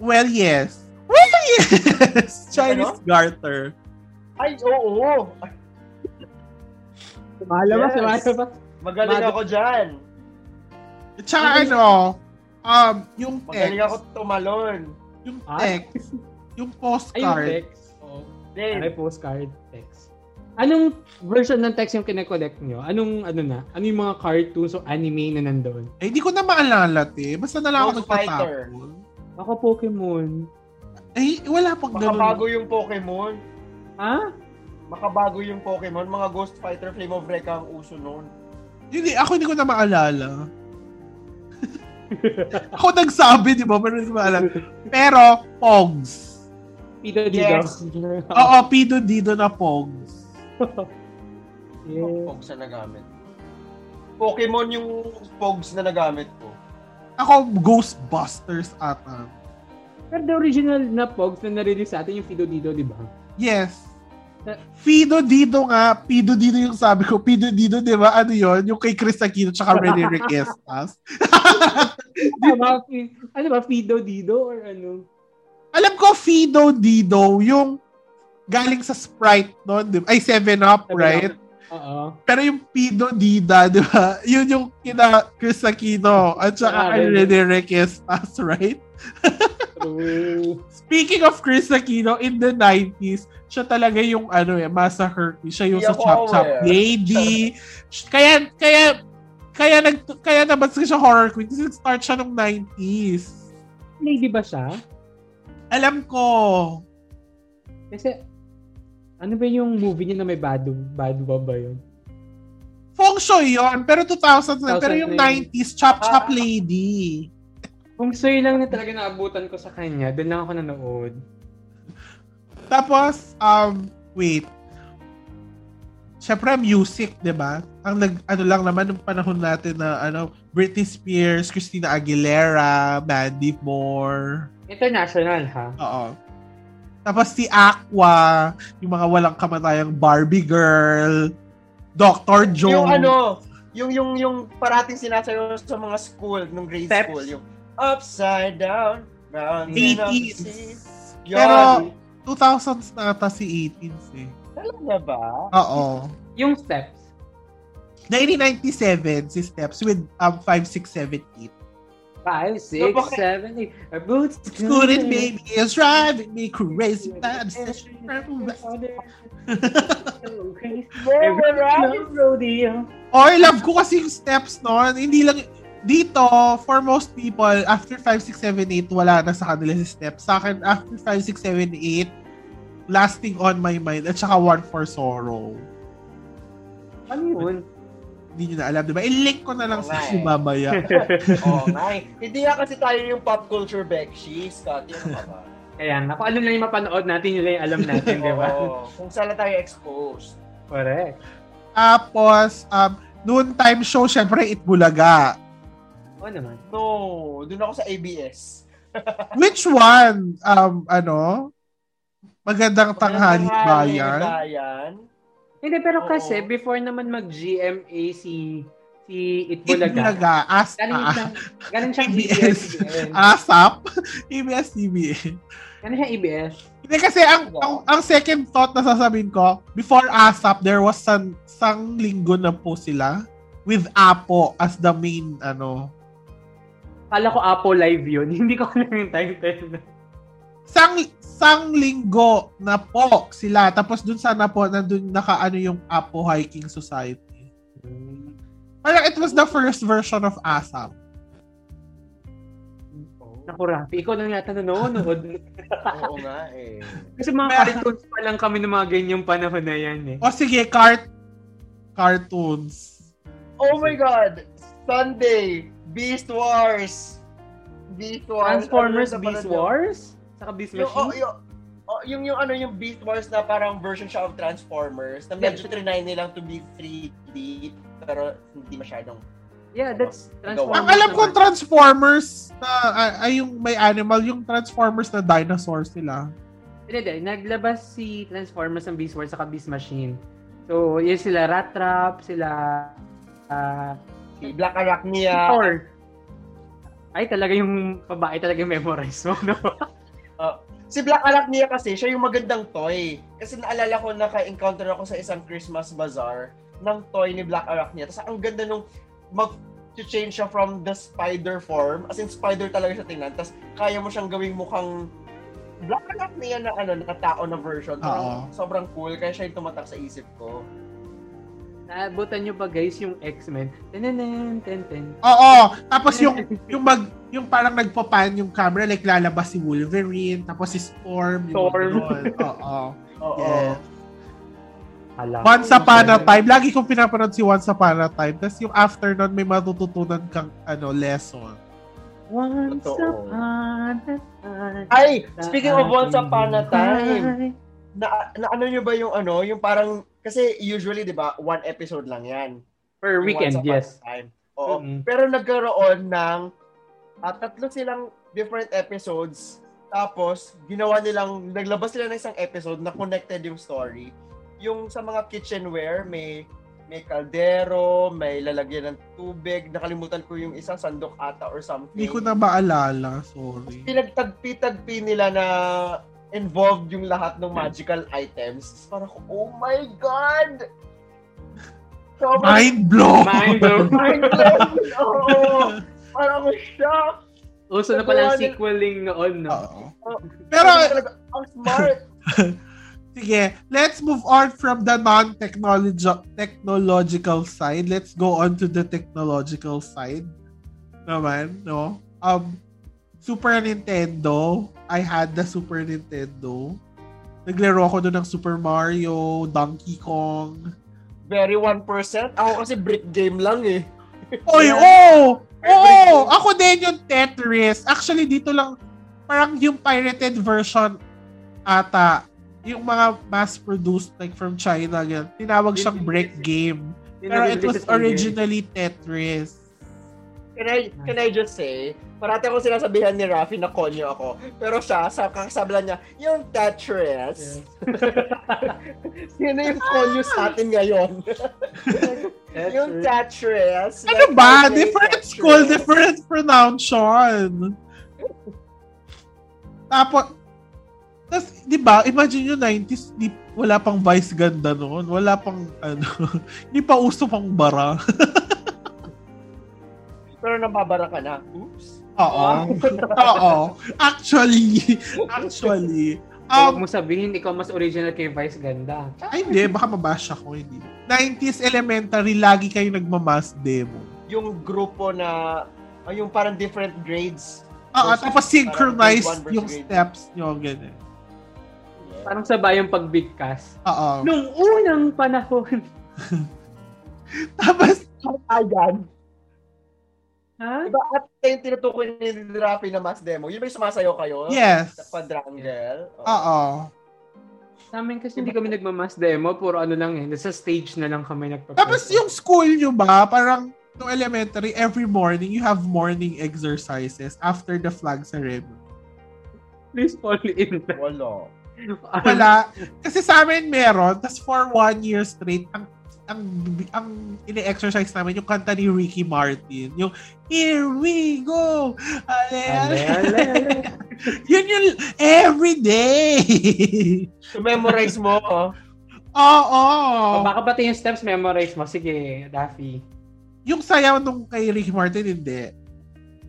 S3: Well, yes. Well, yes! Chinese garter.
S1: Ay, oo.
S2: Sumalabas,
S1: Yes.
S2: sumalabas.
S1: Magaling
S2: Mad-
S1: ako dyan.
S3: Tsaka ano, um, yung
S1: Magaling ako
S3: text,
S1: tumalon.
S3: yung
S2: Ah?
S3: text, yung
S2: Ay, yung
S3: postcard.
S2: text. Oh. Ay,
S1: Dave,
S2: postcard text. Anong version ng text yung kine-collect nyo? Anong, ano na? Ano yung mga cartoons o anime na nandoon?
S3: Eh, hindi ko na maalala, te. Basta na lang ako
S1: Ghost Fighter.
S3: nagtatapon.
S2: Ako Pokemon.
S3: Eh, wala pang
S1: makabago
S3: ganun.
S1: yung Pokemon.
S2: Ha?
S1: Makabago yung Pokemon. Mga Ghost Fighter, Flame of Recca ang uso noon.
S3: Hindi, ako hindi ko na maalala. ako nagsabi, di ba? Pero hindi ko maalala. Pero, Pogs.
S2: Pito
S1: Yes.
S2: Dido.
S3: Oo, Pido Dido na Pogs. Eh.
S2: Yes.
S1: Pogs na nagamit. Pokemon yung Pogs na nagamit ko.
S3: Ako, Ghostbusters ata.
S2: Pero the original na Pogs na narilis sa atin yung Pido Dido, di ba?
S3: Yes.
S2: Na-
S3: Pido Dido nga, Pido Dido yung sabi ko. Pido Dido, di ba? Ano yon Yung kay Chris Aquino tsaka Rene Requestas.
S2: Diba? Ano ba? Pido Dido or ano?
S3: Alam ko, Fido Dido, yung galing sa Sprite noon, di ba? Ay, 7-Up,
S2: Sabi
S3: right?
S2: namin, Oo.
S3: Pero yung Pido Dida, di ba? Yun yung kina Chris Aquino at
S2: Ah,
S3: saka kay
S2: really?
S3: Rene Requestas, right?
S2: True.
S3: Speaking of Chris Aquino, in the 90s, siya talaga yung ano eh, massacre queen. Siya yung
S1: Hindi
S3: sa
S1: ako
S3: Chop Chop
S1: aware.
S3: Lady. kaya, kaya, kaya, nag, kaya nabansin siya horror queen kasi nag-start siya nung 90s.
S2: Lady ba siya?
S3: Alam ko.
S2: Kasi, ano ba yung movie niya na may bad, bad ba ba yun?
S3: Feng Shui yun, pero 2000 na. Pero yung
S2: 2000.
S3: 90s, Chop Chop
S1: Ah.
S3: Lady.
S2: Kung sa'yo lang na talaga naabutan ko sa kanya, doon lang ako nanood.
S3: Tapos, um, wait. Siyempre, music, di ba? Ang nag, ano lang naman, nung panahon natin na, ano, Britney Spears, Christina Aguilera, Mandy Moore.
S2: International, ha?
S3: Oo. Tapos si Aqua, yung mga walang kamatayang Barbie girl, Dr.
S1: Yung
S3: Jones.
S1: ano, yung yung yung parating sinasayaw sa mga school nung grade
S3: Steps.
S1: school, yung upside down, round and up.
S3: 80s.
S1: Yun.
S3: Pero, 2000s na ata si 18s eh.
S1: talaga ba?
S3: Ah, Oo.
S2: Yung steps.
S3: 1997, si Steps with um, 5, 6, 7, 8.
S2: Five, six,
S3: bakit?
S2: seven, eight. Our boots. Mm.
S3: Couldn't baby is driving me crazy. I'm such
S1: Very right.
S2: rodeo.
S3: Oh, I love ko kasi yung steps noon. Hindi lang, dito, for most people, after 5, 6, 7, 8, wala na sa kanila si steps. Sa akin, after 5, 6, 7, 8, lasting on my mind, at saka one for sorrow.
S2: Ano yun?
S3: Hindi nyo na alam, di ba? I-link ko na lang sa
S1: Okay.
S3: inyo mamaya.
S1: Oh, my. Hindi nga kasi tayo yung pop culture Becky, Scott. Yun ka ano ba?
S2: Kaya nga, kung ano lang yung mapanood natin, yun lang yung alam natin, di ba?
S1: Oo. Kung saan na tayo exposed.
S2: Correct.
S3: Tapos, um, noon time show, syempre, Itbulaga.
S2: Oo naman.
S1: No, dun ako sa ABS.
S3: Which one? Um, ano? Magandang tanghali
S1: Tanghali
S3: bayan.
S1: Bayan.
S2: Hindi, pero
S1: Oo.
S2: kasi before naman mag-GMA si si Itbulaga.
S3: Itbulaga. As,
S2: Galing siyang, galing siyang E
S3: ABS.
S2: EBS.
S3: Ah. ASAP. ABS-CBN.
S2: Galing siyang E EBS.
S3: Hindi kasi ang, ang ang second thought na sasabihin ko, before ASAP there was san sang linggo na po sila with Apo as the main ano.
S2: Kala ko Apo Live yun. Hindi ko alam yung title.
S3: Sang sang linggo na po sila tapos dun sana po nandun nakaano yung Apo Hiking Society. Parang it was the first version of ASAP.
S2: Naku, Rafi, ikaw lang yata nanonood.
S1: Oo nga eh.
S2: Kasi mga
S3: Meron. Oh,
S2: cartoons pa lang kami ng mga ganyang panahon na yan eh.
S3: O sige, cart cartoons.
S1: Oh my God! Sunday, Beast Wars! Beast
S3: oh,
S1: Wars. Ano yun
S2: Transformers
S1: sa
S2: Beast
S1: panood?
S2: Wars? Saka Beast
S1: Yung, oh,
S2: Machine?
S1: yung, oh, yung, yung ano yung Beast Wars na parang version siya of Transformers na medyo trinay nilang to be 3D pero hindi masyadong
S2: Yeah, that's Transformers.
S3: Ang alam ko
S2: naman.
S3: Transformers na ay, ay yung may animal, yung Transformers na dinosaurs nila.
S2: Hindi, hindi. Naglabas si Transformers ng Beast Wars saka Beast Machine. So, yun sila Rat Trap, sila... ah,
S1: si Black Arachnia.
S2: Thor. Ay, talaga yung babae talaga yung memorize mo, no?
S1: Si Black Arachnia kasi siya yung magandang toy. Kasi naalala ko naka-encounter ako sa isang Christmas bazaar ng toy ni Black Arachnia. Tapos ang ganda nung mag change siya from the spider form, as in spider talaga siya tingnan, tapos kaya mo siyang gawing mukhang Black Arachnia na ano, na tao na version. Parang Sobrang cool, kaya siya yung tumatak sa isip ko.
S2: Naabutan nyo ba guys yung X-Men? Tenen, ten, ten.
S3: Oo, tapos yung yung mag yung parang nagpapan yung camera like lalabas si Wolverine, tapos si Storm, yung
S2: Storm.
S3: ganun. Oo.
S1: Oo.
S3: Yes.
S2: Hala.
S3: Once upon a time, lagi kong pinapanood si Once upon a time, tapos yung after nun may matututunan kang ano lesson.
S2: Once
S1: Totoo.
S2: upon a time.
S1: Ay, speaking
S2: Ah,
S1: of once upon a
S2: Ay,
S1: time, na, na ano nyo ba yung ano, yung parang, kasi usually, di ba, one episode lang yan.
S2: Per
S1: Yung once
S2: weekend,
S1: upon
S2: yes.
S1: a time. Oo.
S2: Mm.
S1: Pero nagkaroon ng at tatlo silang different episodes. Tapos, ginawa nilang, naglabas sila ng isang episode na connected yung story. Yung sa mga kitchenware, may may kaldero, may lalagyan ng tubig. Nakalimutan ko yung isa, sandok ata or something.
S3: Hindi ko na maalala, sorry.
S1: pinagtagpi-tagpi nila na involved yung lahat ng magical items. Parang, ako, oh my God! Sobrang
S3: Mind blown!
S2: Mind blown.
S1: mind-blowing! Oo! Parang shock!
S2: Uso na pala
S1: Nagawa
S2: ang
S1: nila-
S2: sequeling noon, no?
S3: Oo. Pero
S1: talaga, ang smart!
S3: Sige, let's move on from the non-technological side. Let's go on to the technological side. Naman, no? Um, Super Nintendo. I had the Super Nintendo. Naglaro ako doon ng Super Mario, Donkey Kong.
S1: Very 1%. Ako kasi brick game lang eh.
S3: Oy,
S1: Yeah.
S3: oh!
S1: Every
S3: Oo!
S1: game.
S3: Ako din yung Tetris. Actually, dito lang, parang yung pirated version ata, yung mga mass-produced like from China, ganyan, tinawag siyang break game.
S2: Yun
S3: Pero
S2: ang
S3: it was
S2: release ng game.
S3: originally Tetris.
S1: Can I, can I just say, parati akong sinasabihan ni Rafi na konyo ako. Pero siya, sa kakasabla niya, yung Tetris. Yun na yung konyo sa atin ngayon.
S2: Yes.
S1: yung Tetris.
S3: Ano ba?
S1: Like, I play
S3: Different
S1: Tetris.
S3: school, different pronunciation. Tapos, tas, di ba, imagine yung 90s, di, wala pang vice ganda noon. Wala pang, ano, hindi pa uso pang bara.
S1: Pero nababara ka na. Oops.
S3: Oo. Oo. Actually, actually,
S2: Huwag
S3: um,
S2: mo sabihin, ikaw mas original kay Vice Ganda.
S3: ay hindi, baka mabash ako, hindi. 90s elementary, lagi kayo nagmamas demo.
S1: Yung grupo na, ay, yung parang different grades.
S3: Oo,
S1: Versus-
S3: tapos synchronized
S1: parang grade one versus
S3: yung
S1: grade two.
S3: steps nyo, ganun.
S2: Parang sabay yung pagbigkas.
S3: Oo.
S2: Nung unang panahon.
S3: Tapos,
S1: Ayan.
S2: Ha?
S1: Diba at yung tinutukoy ni Rapi na mas demo? Yun ba yung sumasayo kayo?
S3: yes.
S1: Sa pandrangle?
S2: Ah.
S3: Oo.
S2: Sa amin kasi hindi kami nagmamas demo. Puro ano lang eh. Nasa stage na lang kami nagpa
S3: Tapos yung school nyo ba, parang no elementary, every morning, you have morning exercises after the flag ceremony.
S2: Please fall in.
S1: Wala.
S3: Wala. Kasi sa amin meron. Tapos for one year straight, ang ang ang ine-exercise namin yung kanta ni Ricky Martin. Yung Here we go! Ale, ale.
S2: Ale, ale, ale.
S3: Yun yung every day!
S1: To memorize mo, oh.
S3: Oo!
S2: O, Oh, baka pati yung steps memorize mo. Sige, Daffy.
S3: Yung sayaw nung kay Ricky Martin, hindi.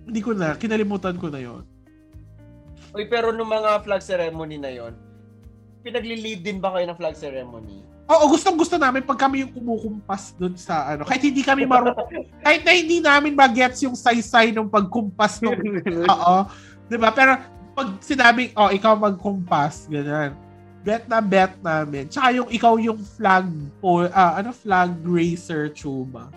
S3: Hindi ko na. Kinalimutan ko na yon.
S1: Uy, pero nung mga flag ceremony na yon, pinagli-lead din ba kayo ng flag ceremony?
S3: Oo, gustong gusto namin pag kami yung kumukumpas dun sa ano. Kahit hindi kami marunong. kahit na hindi namin magets yung saysay ng pagkumpas ng Oo. Di ba? Pero pag sinabing, oh, ikaw magkumpas, ganyan. Bet na bet namin. Tsaka yung ikaw yung flag pole, ah, ano, flag racer chuma.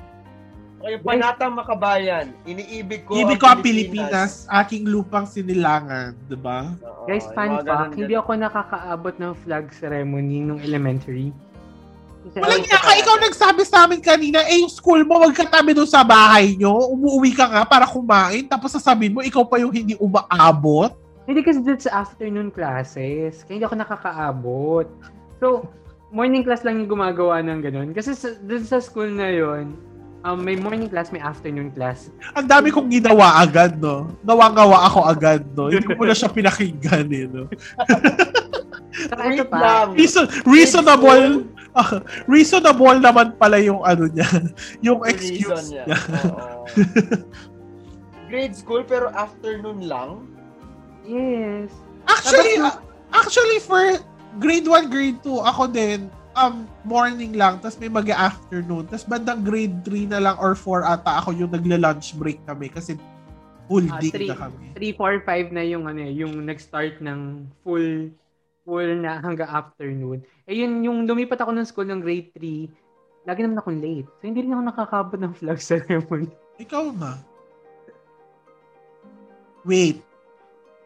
S1: Kayo, panatang makabayan, iniibig ko
S3: Ibig ko ang Pilipinas, aking lupang sinilangan, diba? di ba?
S1: Oo,
S2: Guys,
S1: yung
S2: fun
S1: mga ganun-
S2: fact, hindi ako nakakaabot ng flag ceremony nung elementary. Kasi
S3: Walang
S2: ako-
S3: niya ka, ikaw nagsabi sa amin kanina, eh, yung school mo, wag ka tabi doon sa bahay nyo, umuwi ka nga para kumain, tapos sasabihin mo, ikaw pa yung hindi umaabot.
S2: Hindi kasi that's afternoon classes. Kaya hindi ako nakakaabot. So, morning class lang yung gumagawa ng ganun. Kasi sa, dun sa school na yon um, may morning class, may afternoon class.
S3: Ang dami kong ginawa agad, no? Nawangawa ako agad, no? Hindi ko muna siya pinakinggan, eh, no?
S2: Saka ito
S1: Wait
S2: pa,
S1: lang.
S3: Reason, reasonable ah, reasonable naman pala yung ano niya, yung
S1: Yung reason
S3: excuse
S1: niya.
S3: niya.
S1: Oo. Grade school, pero afternoon lang.
S2: yes.
S3: Actually, ah, actually for grade 1, grade 2, ako din um morning lang tapos may mag afternoon tapos bandang grade 3 na lang or 4 ata ako yung nagla-lunch break kami kasi full
S2: Ah,
S3: day
S2: three.
S3: na kami.
S2: 3, 4, 5 na yung ano eh, yung nag-start ng full full na hanggang afternoon. Eh yun, yung lumipat ako ng school ng grade 3, lagi naman akong late. So hindi rin ako nakakabot ng flag ceremony.
S3: Ikaw na. Wait.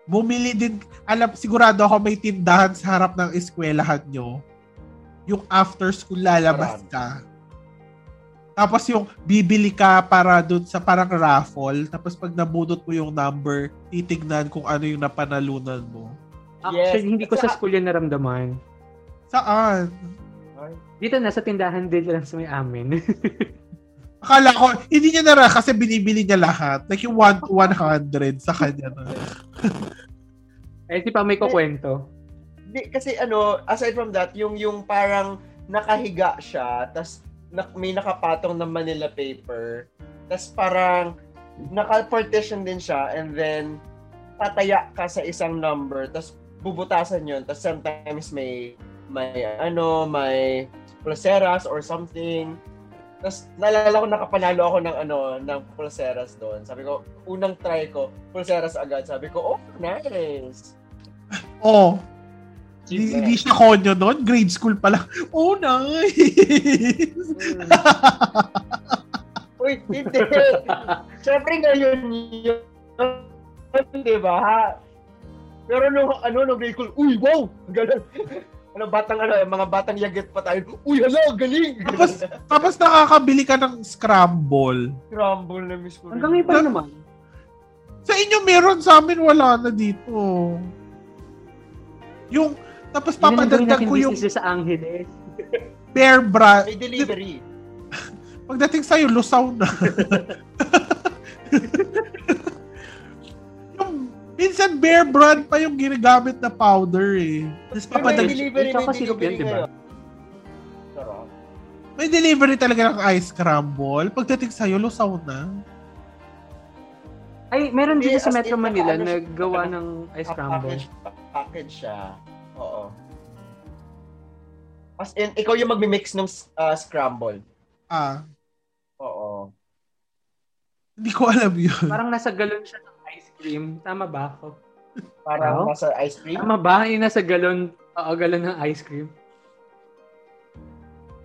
S3: Bumili din, alam, sigurado ako may tindahan sa harap ng eskwelahan nyo. Yung after school lalabas
S1: Marami.
S3: ka. Tapos yung bibili ka para dun sa parang raffle. Tapos pag nabunot mo yung number, titignan kung ano yung napanalunan mo.
S2: Actually,
S1: Yes.
S2: hindi ko sa school yan naramdaman.
S3: Saan?
S1: Ay,
S2: Dito na sa tindahan din lang sa may amin.
S3: Akala ko, hindi niya nara kasi binibili niya lahat. Like yung 1 to 100 sa kanya na.
S2: Eh, si pa may kukwento.
S1: Di, kasi ano, aside from that, yung yung parang nakahiga siya, tas na, may nakapatong ng Manila paper, tas parang naka-partition din siya, and then tataya ka sa isang number, tas bubutasan yun, tas sometimes may may ano, may pulseras or something. Tapos naalala ko nakapanalo ako ng ano, ng pulseras doon. Sabi ko, unang try ko, pulseras agad. Sabi ko, oh, nice.
S3: Oh,
S1: Cheap
S3: Hindi,
S1: na.
S3: hindi siya konyo noon. Grade school pa lang. Oh, nice!
S1: Mm. Uy, hindi. Siyempre ngayon yun, di ba? Pero nung ano, nung grade school, uy, wow! Ang Ganun. Ano, batang ano, yung mga batang yagit pa tayo. Uy, hala, galing!
S3: Tapos- Tapos nakakabili ka ng scramble.
S1: crumble na miss ko. rin.
S2: Hanggang ngayon pa rin naman.
S3: Sa inyo meron, sa amin wala na dito. Yung, tapos papadagdag ko yung
S2: business niya sa Angeles.
S3: bear bra.
S1: May delivery.
S3: Pagdating sa'yo, lusaw na. yung, minsan bear brand pa yung ginagamit na powder eh. Tapos
S1: Pero may
S3: papadagdag
S1: delivery, may
S2: Tsaka diba? sirup
S1: delivery
S2: yan, di ba?
S1: ngayon. Sarap.
S3: May delivery talaga ng ice crumble. Pagdating sa'yo, lusaw na.
S2: Ay, meron din
S1: Hindi,
S2: sa
S1: as
S3: ano
S2: Metro
S1: in,
S2: Manila
S1: nakaano siya.
S2: naggawa ng ice crumble.
S1: Package, package siya. Oo. As in, ikaw yung magmi-mix ng ah, scramble.
S3: Ah,
S1: Oo.
S3: hindi ko alam yun.
S2: Parang nasa galon siya ng ice cream. Tama ba ako?
S1: Parang
S2: Wow.
S1: nasa ice cream.
S2: Tama ba? Yung nasa galon, oo, galon ng ice cream.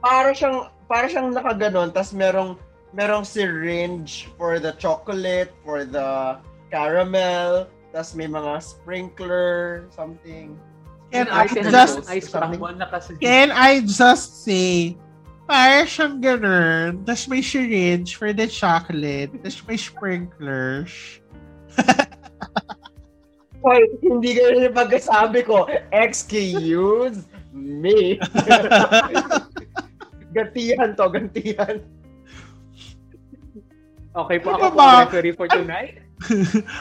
S1: Para siyang para siyang nakaganon tas merong merong syringe for the chocolate, for the caramel, tas may mga sprinkler, something.
S2: Yung
S3: Can I
S2: ice and
S3: just-
S2: toast, ice crumble na kasi.
S3: Can I just say, para siyang ganun, tas may syringe for the chocolate, tas may sprinklers.
S1: Hoy, hindi kayo yung pagkasabi ko. Excuse me. gantihan to, gantihan.
S2: Okay po
S3: Ano
S2: ako po
S3: ba?
S2: referee for tonight.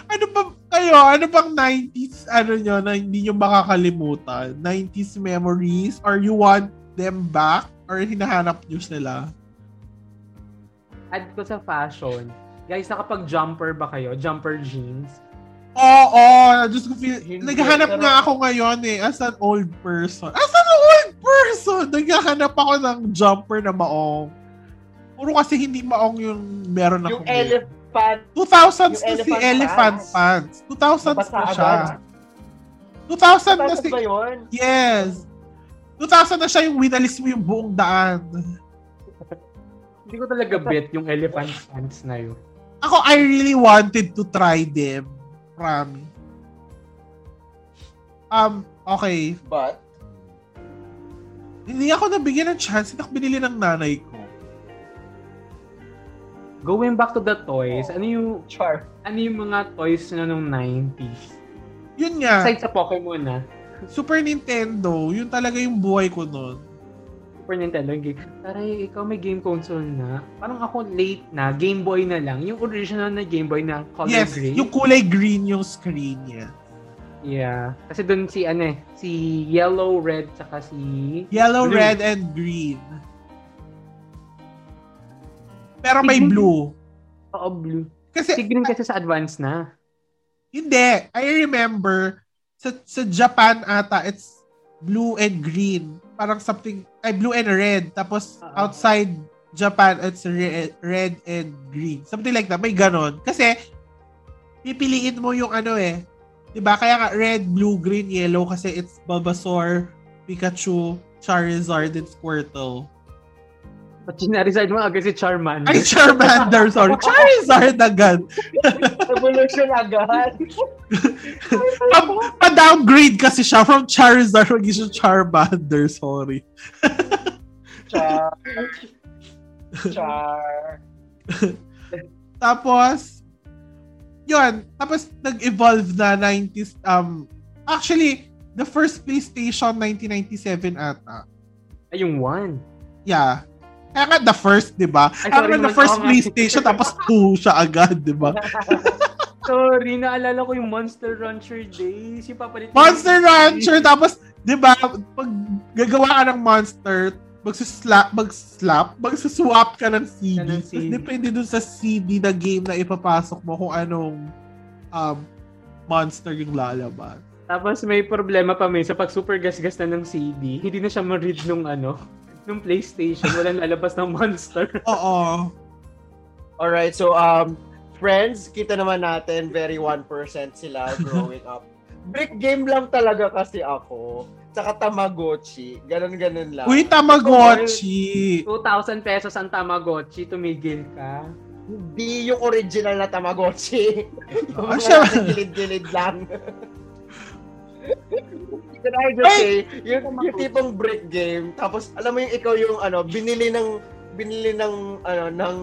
S3: Ano ba kayo? Ano bang 90s ano nyo na hindi nyo makakalimutan? 90s memories? Or you want them back? Or hinahanap nyo sila?
S2: Add ko sa fashion. Guys, nakapag-jumper ba kayo? Jumper jeans?
S3: Oo, just ko feel,
S1: Hindi,
S3: naghahanap
S1: pero-
S3: nga ako ngayon eh, as an old person. As an old person! Naghahanap ako ng jumper na maong. Puro kasi hindi maong yung meron ako.
S1: Yung
S3: ngayon.
S1: elephant.
S3: 2000s
S1: yung
S3: na si
S1: elephant
S3: elephant pants. 2000s na siya.
S1: Basaagan.
S3: 2000 na
S1: Tapos
S3: si...
S1: ba yun?
S3: Yes. 2000 na siya yung winalis mo yung buong daan.
S2: Hindi ko talaga bet yung elephant pants na yun.
S3: Ako, I really wanted to try them. Promise. Um, okay.
S1: But,
S3: Hindi ako nabigyan ng chance. Hindi ako binili ng nanay ko.
S2: Going back to the toys, ano yung,
S1: char.
S2: ano yung mga toys na nung 90s?
S3: Yun nga,
S2: Aside sa Pokemon ah. na,
S3: Super Nintendo, yun talaga yung buhay ko noon.
S2: Super Nintendo yung game. Taray, ikaw may game console na. Parang ako late na, Game Boy na lang. Yung original na Game Boy na color
S3: yes,
S2: gray.
S3: yung kulay green yung screen niya.
S2: Yeah. Kasi doon si ano eh, si yellow, red, tsaka si...
S3: Yellow,
S2: Blue.
S3: red, and green. Pero may
S2: Tignan-
S3: blue.
S2: Oo, blue.
S3: Kasi,
S2: Si green kasi sa advance na.
S3: Hindi. I remember, sa, sa Japan ata, it's blue and green. Parang something, ay, blue and red. Tapos,
S2: Oo.
S3: outside Japan, it's re- red and green. Something like that. May ganon. Kasi, pipiliin mo yung ano eh. 'Di ba Kaya nga, red, blue, green, yellow. Kasi it's Bulbasaur, Pikachu, Charizard, and Squirtle.
S2: Ba't sinaresign mo agad si Charmander?
S3: Ay, Charmander, sorry. Charizard agad.
S1: Evolution agad.
S3: Pa- pa-downgrade kasi siya from Charizard maging siya Charmander, sorry.
S1: Char. Char.
S3: Tapos, yun. Tapos, nag-evolve na 90s. Um, actually, the first PlayStation, 1997 ata.
S2: Ay, yung one.
S3: Yeah. Kaya nga, the first, di ba?
S2: Ay,
S3: Kaya
S2: sorry
S3: nga, the
S2: naman,
S3: first
S2: oo nga.
S3: PlayStation, tapos two siya agad, di ba?
S2: Sorry, naalala ko yung Monster Rancher Days. Yung papalit
S3: Monster Rancher, tapos, di ba, pag gagawa ka ng monster, magsislap, magslap, magsiswap ka ng
S2: Ka
S3: CD.
S2: ng CD.
S3: Tapos depende dun sa CD na game na ipapasok mo kung anong um, monster yung lalabas.
S2: Tapos may problema pa may sa pag super gasgas na ng CD. Hindi na siya ma-read nung ano, nung PlayStation. Walang lalabas ng monster.
S3: Oo.
S1: Alright, so, um, friends, kita naman natin, very 1% sila growing up. Brick game lang talaga kasi ako. Tsaka Tamagotchi. Ganon-ganon lang.
S3: Uy, Tamagotchi!
S2: 2,000 pesos ang Tamagotchi. Tumigil ka.
S1: Hindi yung original na Tamagotchi. yung mga
S3: Ah, siya-
S1: nasa gilid-gilid lang. Can I just
S3: Ay!
S1: say, yung, yung tipong brick game, tapos alam mo yung ikaw yung ano, binili ng binili ng ano ng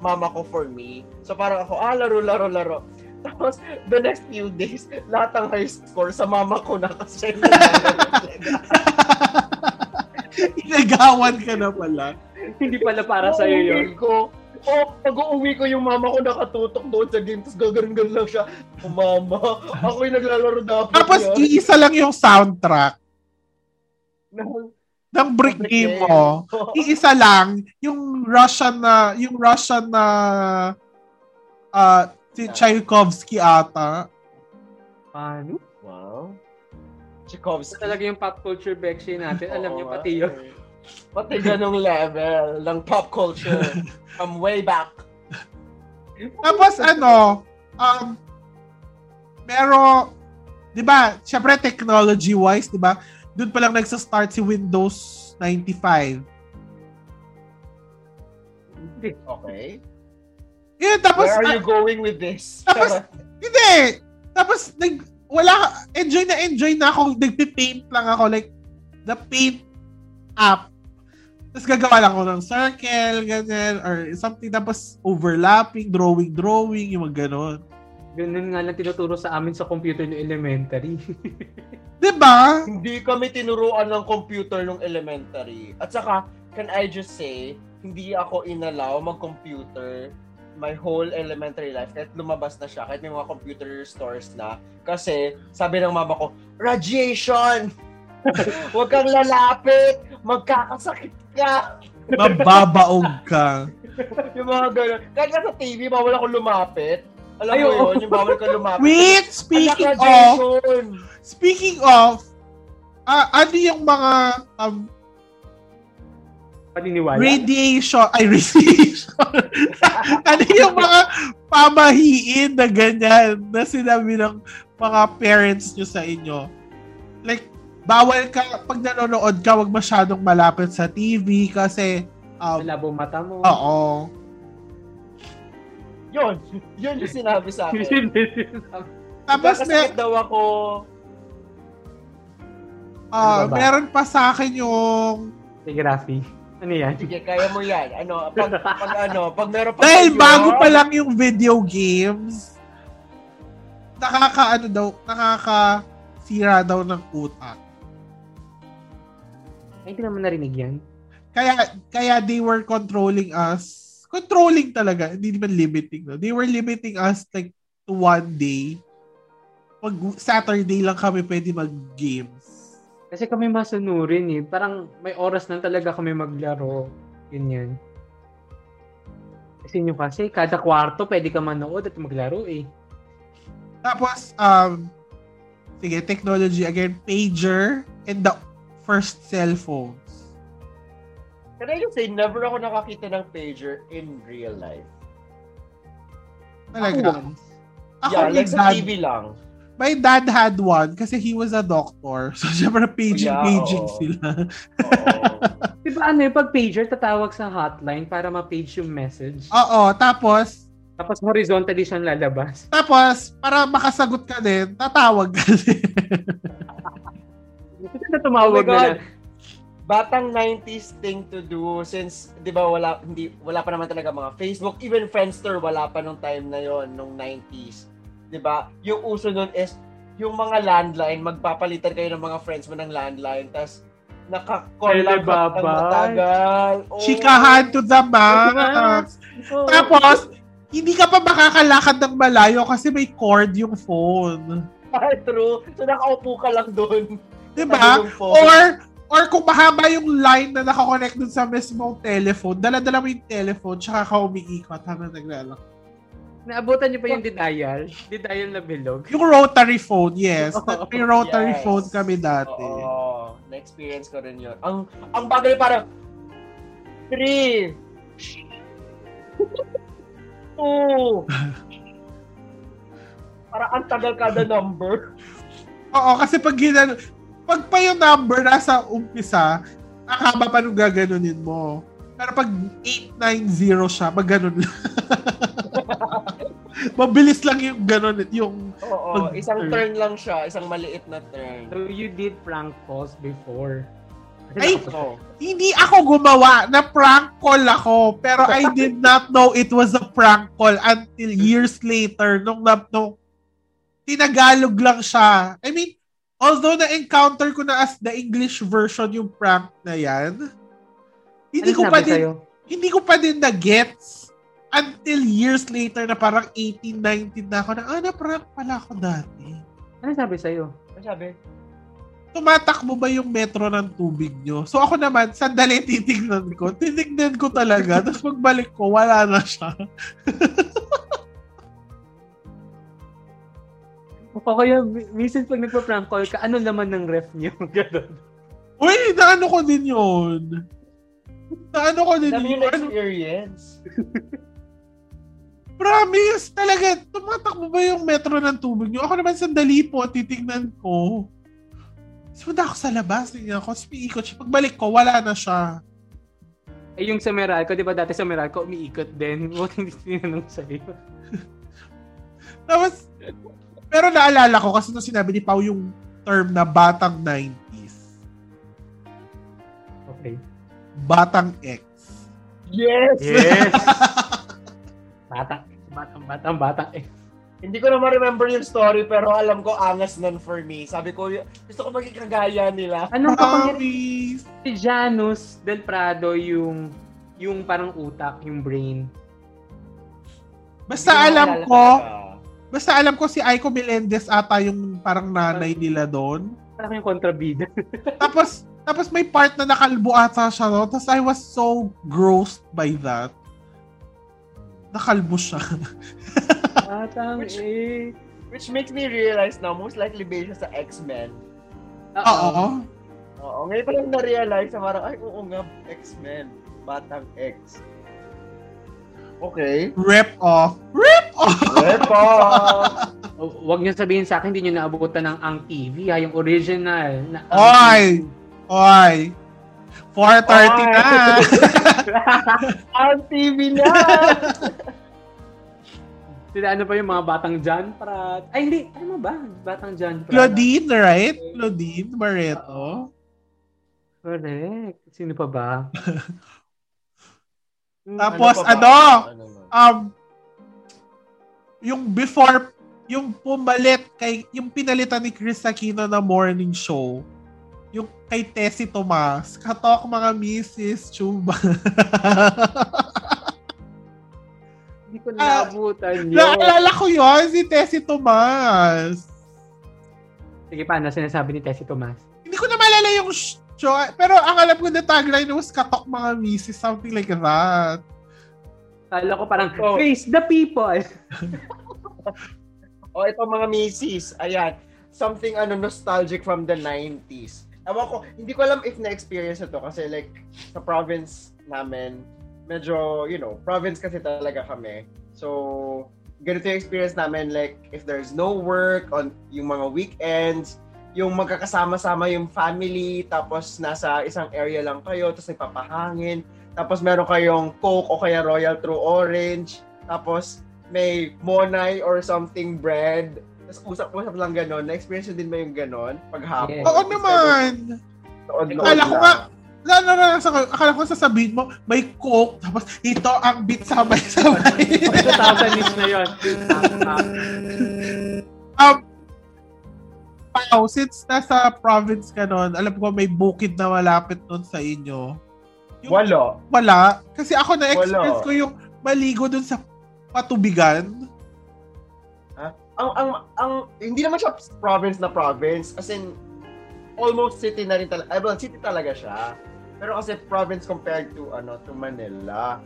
S1: mama ko for me. So parang ako, ah, laro, laro, laro. Tapos, the next few days, lahat ng high score sa mama ko na kasi.
S3: Inagawan ka na pala.
S2: Hindi pala para sa iyo
S1: Uuwi
S2: yun.
S1: Ko, oh, pag-uuwi ko yung mama ko nakatutok doon sa game, tapos gaganon lang siya. Oh, mama, ako yung naglalaro dapat
S3: Tapos,
S1: yan.
S3: iisa lang yung soundtrack ng brick
S1: Brick game.
S3: game mo. Iisa lang yung Russian na, yung Russian na ah, Si Tchaikovsky ata.
S2: Paano?
S1: Wow.
S2: Ito
S1: Tchaikovsky.
S2: talaga yung pop culture backstory natin. Alam
S1: Oo
S2: niyo
S1: nga,
S2: pati yun.
S1: eh. Pati ganong level ng pop culture from way back.
S3: Tapos ano, um, pero, di ba, syempre technology-wise, di ba, doon pa lang nagsa-start si Windows 95.
S1: Okay.
S3: Yun, tapos,
S1: Where are you
S3: ah,
S1: going with this?
S3: tapos, hindi! Tapos, nag, wala, enjoy na enjoy na ako, nagpipaint lang ako, like, the paint app. Tapos gagawa lang ako ng circle, ganyan, or something, tapos overlapping, drawing, drawing, yung mga ganon.
S2: Ganun nga lang tinuturo sa amin sa computer ng elementary.
S3: Di ba?
S1: hindi kami tinuruan ng computer nung elementary. At saka, can I just say, hindi ako inalaw mag-computer my whole elementary life. Kahit lumabas na siya, kahit may mga computer stores na. Kasi, sabi ng mama ko, radiation! Huwag kang lalapit! Magkakasakit ka!
S3: Mababaog ka.
S1: Yung mga ganun. Kahit nga sa TV, bawal ako lumapit. Alam
S2: Ay,
S1: mo
S2: oo.
S1: yun, yung bawal ka lumapit.
S3: Wait,
S1: Anak,
S3: speaking of,
S1: radiation!
S3: speaking of, ah, ano yung mga um,
S2: Paniniwala.
S3: radiation, ay radiation, ano yung mga pamahiin na ganyan na sinabi ng mga parents nyo sa inyo? Like, bawal ka, pag nanonood ka, wag masyadong malapit sa TV kasi, um,
S2: Malabo mata mo.
S3: oo.
S1: Yun, yun yung sinabi sa akin.
S3: Tapos may,
S1: Nagkasakit daw ako.
S3: ah,
S2: Ano ba ba?
S3: meron pa sa akin yung
S2: Sige, Rafi. Ano yan?
S1: Sige, kaya mo yan. Ano, pag, pag ano, pag meron pa kayo-
S3: Dahil bago pa lang yung video games, nakaka ano daw, nakaka sira daw ng utak.
S2: Ay, hindi naman narinig yan.
S3: Kaya kaya they were controlling us. Controlling talaga, hindi naman limiting. No? They were limiting us like to one day. Pag Saturday lang kami pwede mag-games.
S2: Kasi kami masunurin eh. Parang may oras na talaga kami maglaro. Yun yan. Kasi nyo kasi, kada kwarto pwede ka manood at maglaro eh.
S3: Tapos, um, sige, technology again, pager and the first cell phones.
S1: Can I just say, never ako nakakita ng pager in real life.
S3: Talaga.
S2: Once.
S1: ah.
S3: Ako,
S1: yeah, like sa
S3: dad-
S1: TV lang.
S3: My dad had one kasi he was a doctor. So, syempre, paging,
S1: Yeah,
S3: paging
S1: oo.
S3: sila.
S1: Oo.
S2: Diba ano eh, pag pager, tatawag sa hotline para ma-page yung message.
S3: Oo, tapos,
S2: Tapos horizontally siyang lalabas.
S3: tapos, para makasagot ka din, tatawag ka din.
S2: Kasi na
S1: Oh my
S2: tumawag na
S1: God.
S2: lang.
S1: Batang 90s thing to do since, di ba, wala, hindi, wala pa naman talaga mga Facebook. Even Friendster, wala pa nung time na yon nung 90s. Di ba? Yung uso nun is, yung mga landline, magpapalitan kayo ng mga friends mo ng landline, tas nakakall lang ng
S2: Telebabay.
S1: matagal. Oo.
S3: Chikahan to the max.
S1: Oo.
S3: Ah. Tapos, hindi ka pa makakalakad ng malayo kasi may cord yung phone.
S1: Ay, true. So, nakaupo ka lang doon.
S3: Diba?
S1: Yung phone.
S3: Or, or kung mahaba yung line na nakakonect dun sa mismong telephone, dala-dala mo yung telephone, tsaka ka umiikot habang naglalakad.
S2: Naabutan niyo pa yung denial? Denial na bilog?
S3: Yung rotary phone, yes. May
S1: Oh,
S3: rotary
S1: Yes.
S3: phone kami dati.
S1: Oo. Na-experience ko rin yun. Ang, ang bagay parang, three, two, parang ang tagal kada number.
S3: Oo, kasi pag ginano, pag pa yung number nasa umpisa, ang haba pa nung gaganunin mo. Pero pag 890 siya, pag ganun lang. Mabilis lang yung ganun, yung
S1: Oo.
S3: Pag-
S1: Isang turn lang siya. Isang maliit na turn.
S2: So you did prank calls before.
S3: Ay!
S1: Oo.
S3: hindi ako gumawa na prank call ako pero I did not know it was a prank call until years later nung nap nung tinagalog lang siya. I mean, although na-encounter ko na as the English version yung prank na yan, hindi
S2: Ano
S3: ko pa din hindi ko pa din na-gets until years later na parang 18, 19 na ako na, ah, na-prank pala ako dati.
S2: Ano sabi sa'yo?
S1: Ano sabi?
S3: Tumatakbo ba yung metro ng tubig nyo? So ako naman, sandali titignan ko. Tinignan ko talaga. Tapos pagbalik ko, wala na siya.
S2: O kaya, mi- minsan pag nagpa-prank call ka, ano laman ng ref niyo? Ganun.
S3: Uy, naano ko din yun. Naano ko din
S1: Dami yung
S3: yun.
S1: experience.
S3: Promise, talaga, tumatakbo ba yung metro ng tubig niyo? Ako naman sandali po, titignan ko. Tapos punta ako sa labas, tingnan ko, tapos umiikot siya. Pagbalik ko, wala na siya.
S2: Eh, yung sa Meralco, di ba dati sa Meralco, umiikot din. What hindi tinanong sa'yo?
S3: Tapos, pero naalala ko kasi nung sinabi ni Pau yung term na batang 90s.
S2: Okay.
S3: Batang X.
S1: Yes!
S2: Yes! bata. Batang, batang, batang. Eh,
S1: Hindi ko na ma-remember yung story pero alam ko angas nun for me. Sabi ko, y- gusto ko maging kagaya nila.
S2: anong
S3: Um,
S2: kapangyarihan
S3: Promise!
S2: si Janus Del Prado yung yung parang utak, yung brain.
S3: Basta
S1: Hindi ko
S3: alam
S1: maalala
S3: ko,
S1: talaga.
S3: basta alam ko si Aiko Melendez ata yung parang nanay nila doon.
S2: Parang yung kontrabida.
S3: Tapos, tapos may part na nakalbo ata siya no? Tapos I was so grossed by that. Nakalbo siya.
S2: Batang
S1: Which-
S2: eh.
S1: Which makes me realize na most likely based siya sa X-Men.
S3: Oo.
S1: Oo, ngayon pa lang na-realize na parang, ay, oo nga, X-Men. Batang X. Okay.
S3: Rip off. Rip off!
S1: Repo!
S2: Huwag niyo sabihin sa akin, hindi niyo naabutan ng ang TV, ha? Yung original. Na, Ang
S3: Oy! Oy! 4.30 na!
S1: Ang TV na! Ano
S2: TV. Sila ano pa yung mga batang John Prat. Ay, hindi. Tama ba? Batang John Prat.
S3: Claudine, right? Claudine Barreto.
S2: Correct. Sino pa ba? Hmm,
S3: Tapos,
S1: pa ba?
S3: ano?
S1: Ano ba?
S3: Um, yung before, yung pumalit kay, yung pinalitan ni Chris Aquino na morning show, yung kay Tessie Tomas, katok mga misis, chumba.
S2: Hindi ko naabutan yun.
S3: Naalala ko yun, si Tessie Tomas.
S2: Sige, paano sinasabi ni Tessie Tomas?
S3: Hindi ko na maalala yung sh- show, pero ang alam ko na tagline was katok mga misis, something like that.
S2: Kala ko parang,
S1: Oh.
S2: face the people.
S1: O, ito mga misis. Ayan. Something, ano, nostalgic from the 90s. Ewan ko, hindi ko alam if na-experience na to kasi like, sa province namin, medyo, you know, province kasi talaga kami. So, ganito yung experience namin, like, if there's no work on yung mga weekends, yung magkakasama-sama yung family, tapos nasa isang area lang kayo, tapos nagpapahangin, tapos meron kayong Coke o kaya Royal True Orange, tapos may Monay or something bread, tapos usap-usap lang ganon. Na-experience nyo din ba yung ganon? Paghapon?
S2: Yes.
S3: Oo naman!
S1: Taon-taon
S3: Akala ko
S1: lang.
S3: nga, naranasan ko, akala ko sasabihin mo, may coke, tapos ito ang beat sabay-sabay.
S2: 2,000 is na yun.
S3: um, Pao, since nasa province ka nun, alam ko may bukid na malapit nun sa inyo. Yung-
S1: Walo.
S3: Wala. Kasi ako na-experience
S1: Wala.
S3: ko yung maligo dun sa patubigan.
S1: Ang, ang, ang, hindi naman siya province na province. As in, almost city na rin talaga. Well, city talaga siya. Pero kasi province compared to, ano, to Manila.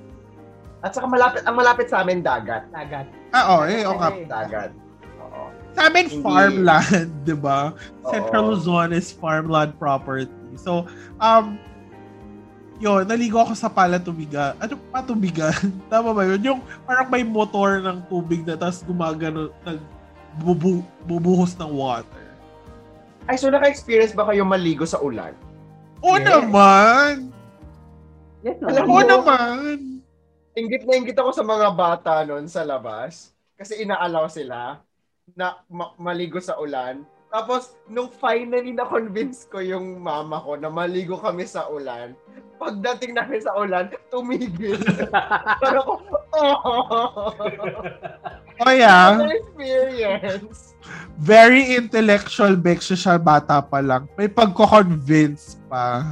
S1: At saka malapit, ang malapit sa amin, dagat.
S2: Tagat.
S3: Ah, oh, eh, okay.
S1: Dagat. Oo.
S3: Sa amin,
S1: Hindi.
S3: farmland, di ba? Central
S1: Oo.
S3: Luzon is farmland property. So, um, yun, naligo ako sa palatubigan. Ano patubigan? Tama ba yun? Yung parang may motor ng tubig na tapos gumagano, nagbubu, bubuhos ng water.
S1: Ay, so naka-experience ba kayo maligo sa ulan?
S3: Oo
S2: Yes.
S3: naman!
S2: Yes, no?
S1: Alam
S3: Oo
S1: mo-
S3: naman!
S1: Ingit na ingit ako sa mga bata noon sa labas kasi inaalaw sila na ma- maligo sa ulan. Tapos, nung finally na-convince ko yung mama ko na maligo kami sa ulan, pagdating namin sa ulan, tumigil. Pero ako, oh!
S3: O yeah,
S1: Another experience.
S3: very intellectual beksya siya bata pa lang. May pagko-convince pa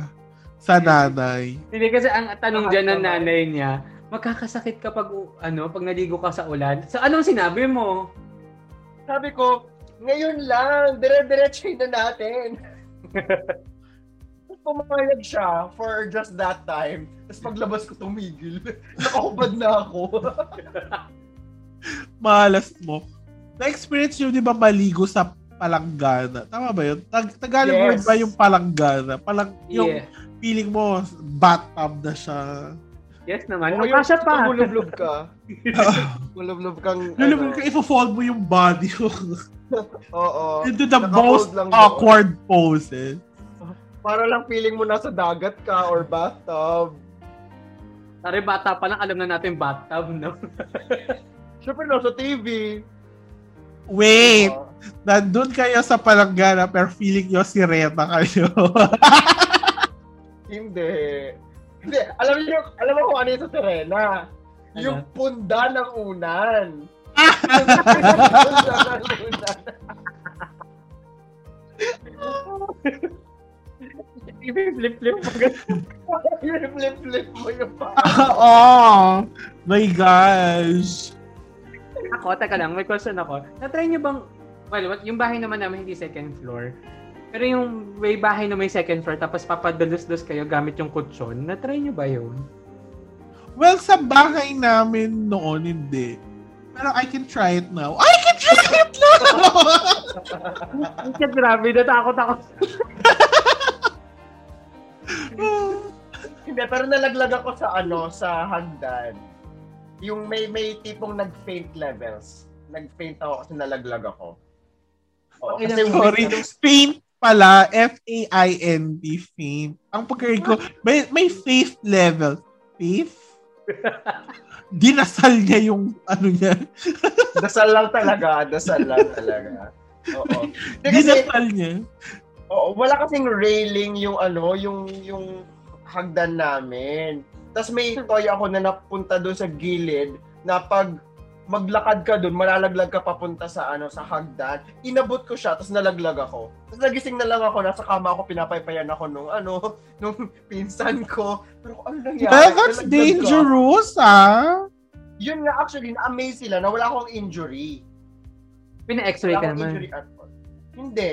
S3: sa nanay.
S2: Hindi kasi ang tanong dyan ng
S1: Nakakatawa.
S2: nanay niya, magkakasakit ka pag, u- ano, pag naligo ka sa ulan. So, anong sinabi mo?
S1: Sabi ko, ngayon lang, dire-diretso na natin. Tapos Pumayag siya for just that time. Tapos paglabas ko, tumigil. Nakahubad na ako.
S3: Malas mo. Na-experience nyo, di ba, maligo sa palanggana? Tama ba yun? Tag Tagalog word
S1: Yes.
S3: ba yung palanggana? Palang yung
S2: Yeah.
S3: feeling mo, bathtub na siya.
S2: Yes naman.
S1: Oo,
S2: Oh, Kasha pa.
S1: Lumulublob ka. Lumulublob kang...
S3: Lalo mo,
S1: ano,
S3: ifo-fall mo yung body mo.
S1: Oo.
S3: Into the
S1: Naka-hold
S3: most
S1: Oh, lang doon.
S3: awkward pose eh.
S1: Para lang feeling mo nasa dagat ka or bathtub.
S2: Tari bata pa lang, alam na natin bathtub, no?
S1: Siyempre, nasa TV.
S3: Wait!
S1: Oo.
S3: Nandun kayo sa palanggana pero feeling nyo si Reta kayo.
S1: Hindi. Hindi, alam niyo, alam mo kung ano yung sa Serena? Yung punda ng unan. punda ng unan.
S2: Flip-flip.
S1: Flip-flip mo yung pa.
S3: oh, my gosh.
S2: ako, teka lang, may question ako. Na-try niyo bang, well, what, yung bahay naman namin hindi second floor. Pero yung may bahay na may second floor, tapos papadalus-dus kayo gamit yung kutsyon, na-try niyo ba yun?
S3: Well, sa bahay namin noon, hindi. Pero I can try it now. I can try it now!
S2: Kasi grabe, natakot ako.
S1: Hindi, pero nalaglag ako sa ano, sa hagdan. Yung may may tipong nag-faint levels. Nag-faint ako kasi nalaglag ako. Oo,
S2: Okay
S1: kasi
S2: lang,
S3: Sorry.
S1: wait,
S3: Faint pala. F-A-I-N-T. Faint. Ang pagkarin ko, may, may faith level. Faith? Dinasal niya yung ano niya.
S1: Dasal lang talaga, dasal lang talaga. Oo. Hindi, kasi-
S3: Dinasal niya.
S1: Oo, wala kasing railing yung ano, yung yung hagdan namin. Tapos may
S2: Hmm.
S1: toy ako na napunta doon sa gilid na pag maglakad ka doon, malalaglag ka papunta sa ano sa hagdan. Inabot ko siya, tapos nalaglag ako. Tapos nagising na lang ako, nasa kama ako, pinapaypayan ako nung ano, nung pinsan ko. Pero ano nangyari?
S3: Well, that's
S1: Nalaglag ko.
S3: dangerous, ah.
S1: Yun nga actually, na-amaze sila na wala akong injury.
S2: Pina-x-ray
S1: Wala
S2: ka
S1: akong
S2: naman.
S1: injury at all. Hindi.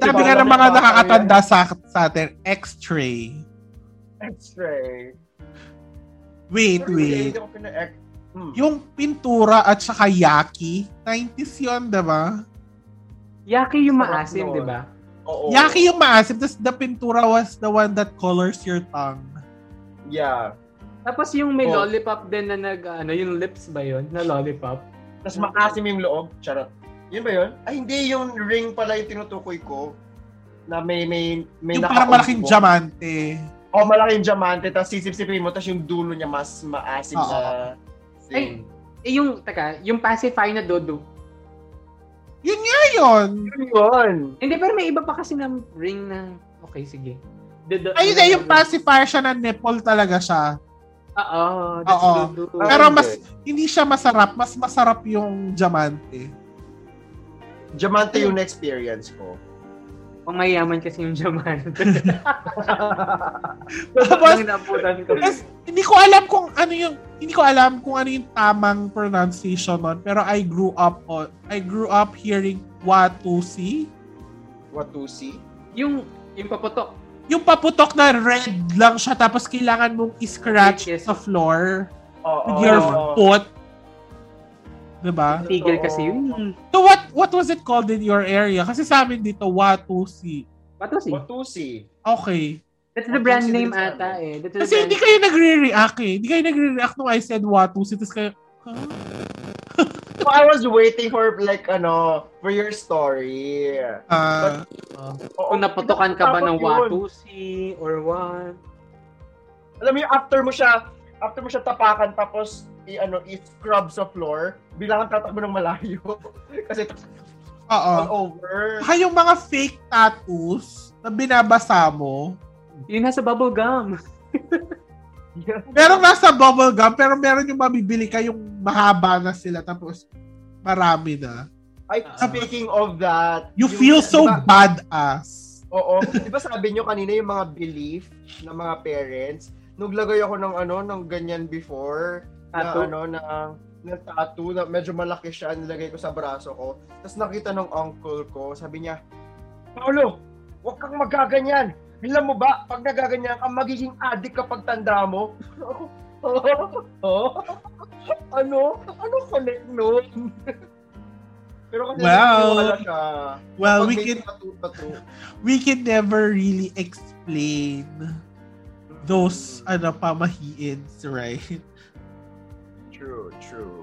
S3: Sabi
S1: Diba,
S3: nga ng mga
S1: nakakatawa
S3: nakakatanda sa, sa atin, X-ray.
S1: X-ray.
S3: Wait,
S1: Pero hindi,
S3: wait.
S1: hindi ako pina-X- Hmm.
S3: Yung pintura at saka yaki, 90s yun, diba?
S2: Yaki yung
S1: Sarap
S2: maasim, diba?
S1: nun.
S2: di ba?
S1: Oo.
S3: Yaki yung maasim, tapos the pintura was the one that colors your tongue.
S1: Yeah.
S2: Tapos yung may
S1: Oh.
S2: lollipop din na nag, ano, yung lips ba yun? Na lollipop?
S1: Tapos makasim yung loob. Charot. Yun ba yun? Ay, hindi. Yung ring pala yung tinutukoy ko. Na may, may, may
S3: yung
S1: naka-
S3: parang malaking diamante.
S1: Oo, malaking diamante. Tapos sisip-sipin mo. Tapos yung dulo niya mas maasim
S3: Oo.
S1: na... Ay,
S2: Ay, eh, yung, taka, yung pacify na dodo.
S3: Yun nga yun.
S1: yun.
S2: Hindi, pero may iba pa kasi na ring na, okay, sige. Dodo-
S3: Ayun na yung pacifier siya na nipple talaga siya.
S2: Oo,
S3: Oo.
S2: that's dodo.
S3: Pero
S1: hindi.
S3: mas- Hindi siya masarap. Mas masarap yung diamante.
S1: Diamante yung experience ko.
S2: Ang mayaman kasi yung diamante.
S3: Tapos,
S2: Ang naputan ko.
S3: Tapos, hindi ko alam kung ano yung hindi ko alam kung ano yung tamang pronunciation nun, pero I grew up on I grew up hearing Watusi.
S1: What to see?
S2: Yung, yung paputok.
S3: Yung paputok na red lang siya tapos kailangan mong
S2: Yes,
S3: i-scratch
S2: Oh. yes.
S3: sa floor
S1: Oo.
S3: with your
S1: oo.
S3: foot. Diba?
S2: Tigil
S1: Totoo.
S2: kasi yun.
S3: So what what was it called in your area? Kasi sa amin dito Watusi.
S2: Patos eh.
S1: What to see?
S3: Okay.
S2: That's the
S1: Patos
S2: brand
S1: yun
S2: name
S1: sa amin.
S2: ata eh. That's the
S3: Kasi
S2: brand
S3: hindi kayo nagre-react eh. Hindi kayo nagre-react nung I said Watusi. Tapos kayo, huh?
S1: So, I was waiting for like ano, for your story.
S3: Ah.
S2: Oh.
S1: Oo,
S2: Kung naputokan ka ba
S1: takot yun.
S2: ng watusi or what?
S1: alam mo yung after mo siya, after mo siya tapakan tapos i ano, i-scrub sa floor, bilang tatakbo ng malayo kasi
S3: Oo.
S1: all over.
S3: Saka yung mga fake tattoos na binabasa mo,
S2: Yung nasa bubble gum.
S3: merong nasa bubble gum, pero meron yung mabibili ka yung mahaba na sila, tapos marami na.
S1: Ay, speaking of that,
S3: You
S1: yung-
S3: feel so
S1: di ba-
S3: badass.
S1: Oo. Di ba sabi nyo kanina yung mga belief ng mga parents? Naglagay ako ng ano, ng ganyan before.
S2: Tattoo?
S1: Na ano, na ng tattoo na medyo malaki siya, nilagay ko sa braso ko. Tapos nakita ng uncle ko, sabi niya, Paolo, huwag kang magaganyan. Alam mo ba, pag nagaganyan ka, magiging addict kapag tanda mo. Oh, ano? Ano connect nun? Pero kasi
S3: Wow. Ah,
S1: naniwala siya.
S3: Well,
S1: Pag
S3: we
S1: may
S3: can
S1: tattoo- tattoo.
S3: we can never really explain those ano pamahiins, right?
S1: True, true.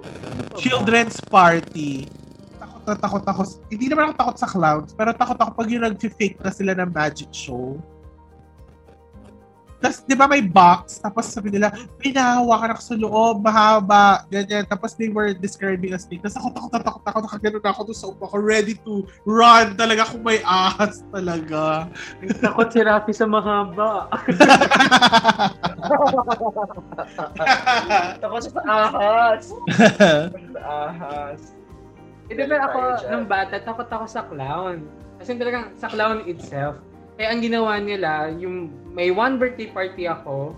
S3: Children's party. Takot na takot ako. s- Hindi naman ako takot sa clowns, pero takot ako pag yung nag-fake na sila ng magic show. Tapos, di ba may box? Tapos sabi nila, may nahawakan ako sa loob, mahaba, ganyan. Tapos they were describing a snake. Tapos ako takot na takot ako, nakaganon ako doon sa upo ko, ready to run talaga kung may ahas talaga.
S2: Takot si Rafi sa mahaba.
S1: Takot siya sa ahas. Sa ahas.
S2: Hindi Eh, ba ako nung bata, takot ako sa clown. Kasi talagang sa clown itself. Kaya ang ginawa nila, yung may one birthday party ako,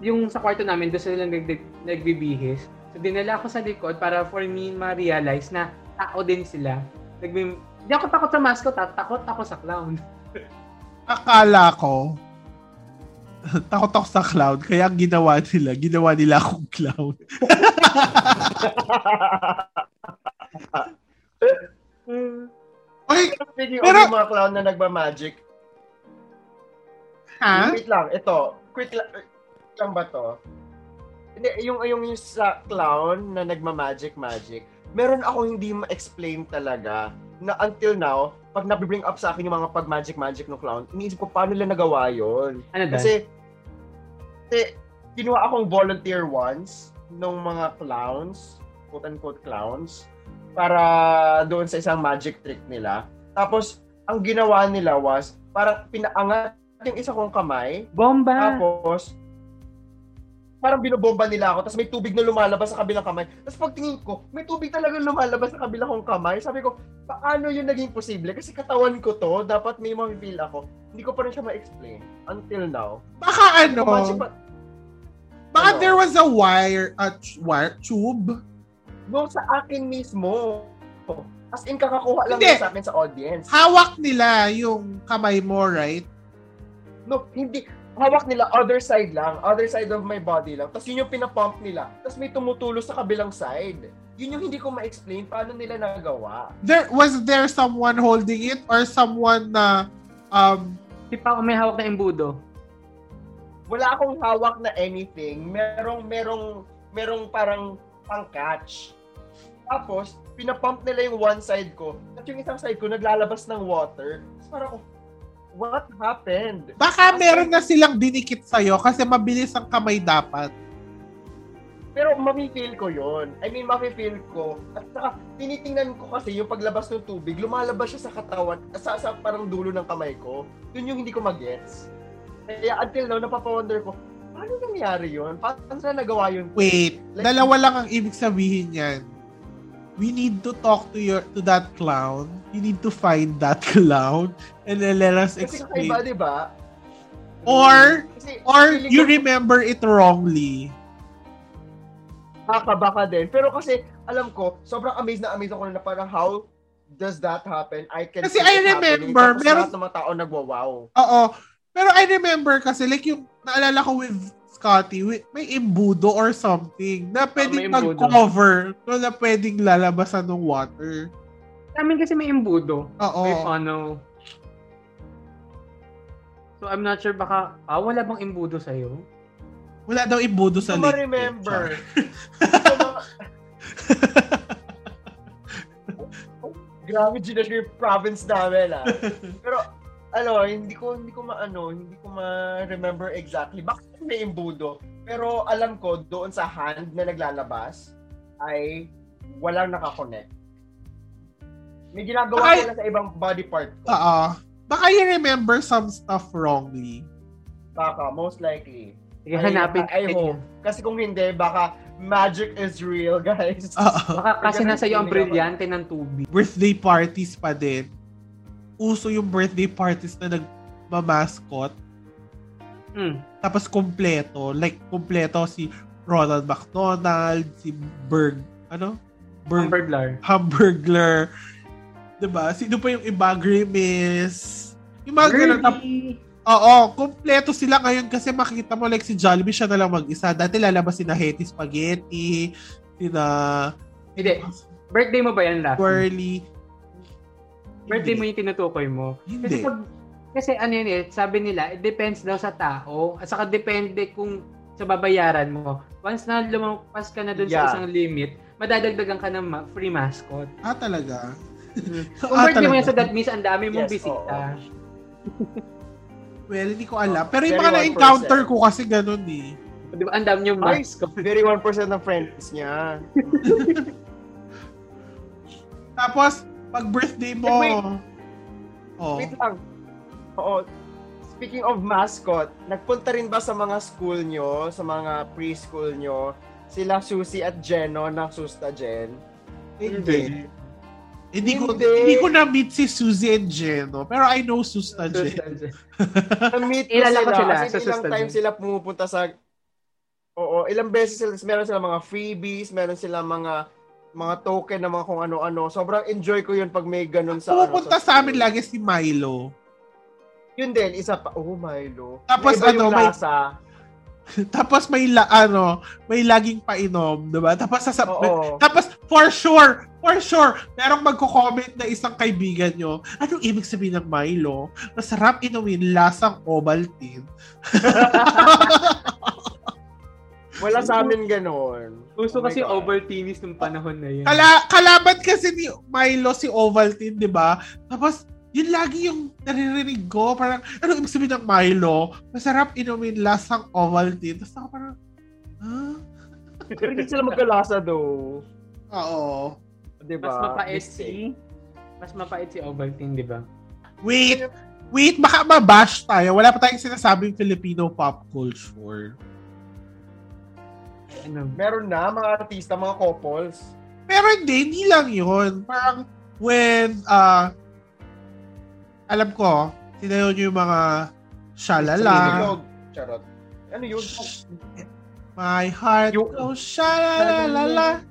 S2: yung sa kwarto namin, doon sila nag- nagbibihis. So, dinala ako sa likod para for me ma-realize na tao din sila. Nagbi- Hindi ako takot sa mascot, ha? takot ako sa clown.
S3: Akala ko, takot ako sa clown, kaya ang ginawa nila, ginawa nila akong clown. Oy,
S1: Speaking
S3: Pero-
S1: of yung mga clown na nagmamagic,
S3: ha?
S1: Wait lang, ito. Quick lang, quick lang ba to? Hindi, yung, yung, yung sa clown na nagma-magic-magic, meron ako hindi ma-explain talaga na until now, pag nabibring up sa akin yung mga pag-magic-magic ng clown, iniisip ko paano nila nagawa yon
S2: Ano ba?
S1: Kasi, kasi kinuha akong volunteer once nung mga clowns, quote-unquote clowns, para doon sa isang magic trick nila. Tapos, ang ginawa nila was, parang pinaangat yung isa kong kamay,
S2: Bomba!
S1: tapos, parang binobomba nila ako, tapos may tubig na lumalabas sa kabilang kamay. Tapos pagtingin ko, may tubig talaga lumalabas sa kabilang kong kamay. Sabi ko, paano yun naging posible? Kasi katawan ko to, dapat may ma-feel ako. Hindi ko pa rin siya ma-explain until now.
S3: Baka ano,
S1: Kumansi pa- ano?
S3: baka there was a wire, a t- wire, tube?
S1: No, sa akin mismo. As in, kakakuha lang yun
S3: Hindi.
S1: sa akin sa audience.
S3: Hawak nila yung kamay mo, right?
S1: No, hindi. Hawak nila, other side lang. Other side of my body lang. Tapos yun yung pinapump nila. Tapos may tumutulo sa kabilang side. Yun yung hindi ko ma-explain paano nila nagawa.
S3: There Was there someone holding it or someone na, um,
S2: Si Pao may hawak na embudo.
S1: Wala akong hawak na anything. Merong, merong, merong parang pang-catch. Tapos, pinapump nila yung one side ko. At yung isang side ko, naglalabas ng water. Tapos parang, ako, what happened?
S3: baka meron na silang dinikit sa'yo kasi mabilis ang kamay dapat.
S1: Pero mafe-feel ko yon. I mean, mafe-feel ko. At saka, tinitingnan ko kasi yung paglabas ng tubig, lumalabas siya sa katawan, sa, sa parang dulo ng kamay ko. Yun yung hindi ko magets. Kaya until now, napapawonder ko, paano nangyari yun? Paano sila nagawa yun?
S3: Wait,
S1: Like-
S3: dalawa lang ang ibig sabihin yan. We need to talk to your to that clown. You need to find that clown and then let us
S1: Kasi kakaiba,
S3: explain.
S1: di ba?
S3: Or-
S1: Kasi
S3: Or
S1: feeling
S3: you
S1: ko-
S3: remember it wrongly.
S1: baka baka din. Pero kasi, alam ko, sobrang amazed na amazed ako na parang how does that happen? I can see
S3: Kasi I
S1: it happening.
S3: remember,
S1: Tapos
S3: meron-
S1: lahat ng mga tao nagwawaw.
S3: Oo. Pero I remember kasi like yung naalala ko with Scotty, wi- may imbudo or something
S2: Ah,
S3: na
S2: may
S3: pwedeng
S2: imbudo.
S3: mag-cover no, na pwedeng lalabasan ng water.
S2: Sa amin kasi may embudo.
S3: Oo.
S2: May funnel. So I'm not sure baka, ah, wala bang imbudo sa'yo?
S3: Wala daw imbudo sa
S1: Hindi ko
S3: lake.
S1: ma-remember. Hindi ko ma- Grabe, Gina, yung province namin, ah. Pero, ano, hindi ko, hindi ko maano, hindi ko ma-remember exactly. Bakit may imbudo? Pero alam ko, doon sa hand na naglalabas, ay walang nakakonect. May ginagawa
S3: Ay-
S1: sila sa ibang body part ko.
S3: Oo. Baka you remember some stuff wrongly.
S1: Baka, most likely.
S2: Sige,
S1: Ay,
S2: hanapin
S1: ay,
S2: natin
S1: ho.
S2: yun.
S1: Kasi kung hindi, baka magic is real, guys.
S3: Oo.
S2: Baka kasi
S1: Ganun
S2: nasa iyo
S1: feeling
S2: ang
S1: ako.
S2: brilyante ng tubig.
S3: birthday parties pa din, uso yung birthday parties na nagmamascot,
S2: Mm.
S3: tapos kumpleto. Like, kumpleto si Ronald McDonald, si Berg, ano?
S2: Ang
S3: Berg,
S2: burglar.
S3: Hamburglar. 'Di ba? Sino pa yung iba? Grimace. Yung mga ganun. Tap-
S2: Birdie!
S3: Oo, kumpleto sila ngayon kasi makikita mo like si Jollibee siya na lang mag-isa. Dati lalabas si na Hetty Spaghetti, si na...
S2: Hindi, Birthday mo ba yan, Rafi?
S3: Twirly.
S2: Birthday mo
S3: Hindi.
S2: yung tinutukoy mo.
S3: Hindi.
S2: Kasi, pag, kasi ano yun eh, sabi nila, it depends daw sa tao. At saka depende kung sa babayaran mo. Once na lumampas ka na dun
S1: Yeah.
S2: sa isang limit, madadagdagan ka ng ma- free mascot.
S3: Ah, talaga?
S2: Mm. Kung
S3: Ah,
S2: birthday mo yan
S3: talaga?
S2: sa that means ang dami mong
S1: Yes,
S2: bisita.
S3: Well, hindi ko alam. Pero
S1: Very
S3: yung mga
S1: one
S3: na-encounter
S1: person.
S3: ko kasi ganun eh.
S2: Di ba? Ang dami yung
S1: Ay,
S2: mascot.
S1: 31% ng friends niya.
S3: Tapos, pag birthday mo,
S1: Wait,
S3: oh,
S1: Wait lang. Oo. Speaking of mascot, nagpunta rin ba sa mga school nyo, sa mga preschool nyo, sila Susie at Jeno ng Susta Jen?
S3: hindi. Hindi ko,
S1: Hindi.
S3: hindi ko na-meet si Suzy and Jeno. Pero I know Susta Jen.
S1: Na-meet ko
S2: Kilala
S1: sila.
S2: ko sila
S1: As in,
S2: sa
S1: ilang
S2: Susta
S1: time
S2: Jen.
S1: sila pumupunta sa... Oo, ilang beses sila, meron sila mga freebies, meron sila mga mga token na mga kung ano-ano. Sobrang enjoy ko yun pag may ganun sa... ano,
S3: Pumupunta sa amin lagi si Milo.
S1: Yun din, isa pa. Oh, Milo.
S3: Tapos
S1: Iba yung
S3: ano, may-
S1: lasa.
S3: Tapos may la, ano, may laging painom, 'di ba? Tapos sa
S1: Oo.
S3: tapos for sure, for sure, merong magko-comment na isang kaibigan nyo, anong ibig sabihin ng Milo? Masarap inumin lasang Ovaltine.
S1: Wala sa amin ganun. Oh
S2: Uso
S1: my
S2: kasi
S1: God.
S2: overtinis nung panahon na yun.
S3: Kala kalaban kasi ni Milo si Ovaltine, 'di ba? Tapos yun lagi yung naririnig ko, parang ano ibig sabihin ng Milo? Masarap inumin lasang Ovaltine. Tapos ako parang, huh?
S1: Pero hindi sila magkalasa though.
S3: Oo.
S1: Diba?
S2: Mas mapait
S1: Mistake.
S2: si... Mas mapait si Ovaltine, di ba?
S3: Wait, wait, baka mabash tayo. Wala pa tayong sinasabing Filipino pop culture.
S2: Ano?
S1: Meron na mga artista, mga couples.
S3: Pero hindi, hindi lang yun. Parang when, ah, alam ko, sinayon yung mga shalala,
S1: Tulog. Charot. Ano yun?
S3: my heart,
S1: Yung-
S3: oh shalalala,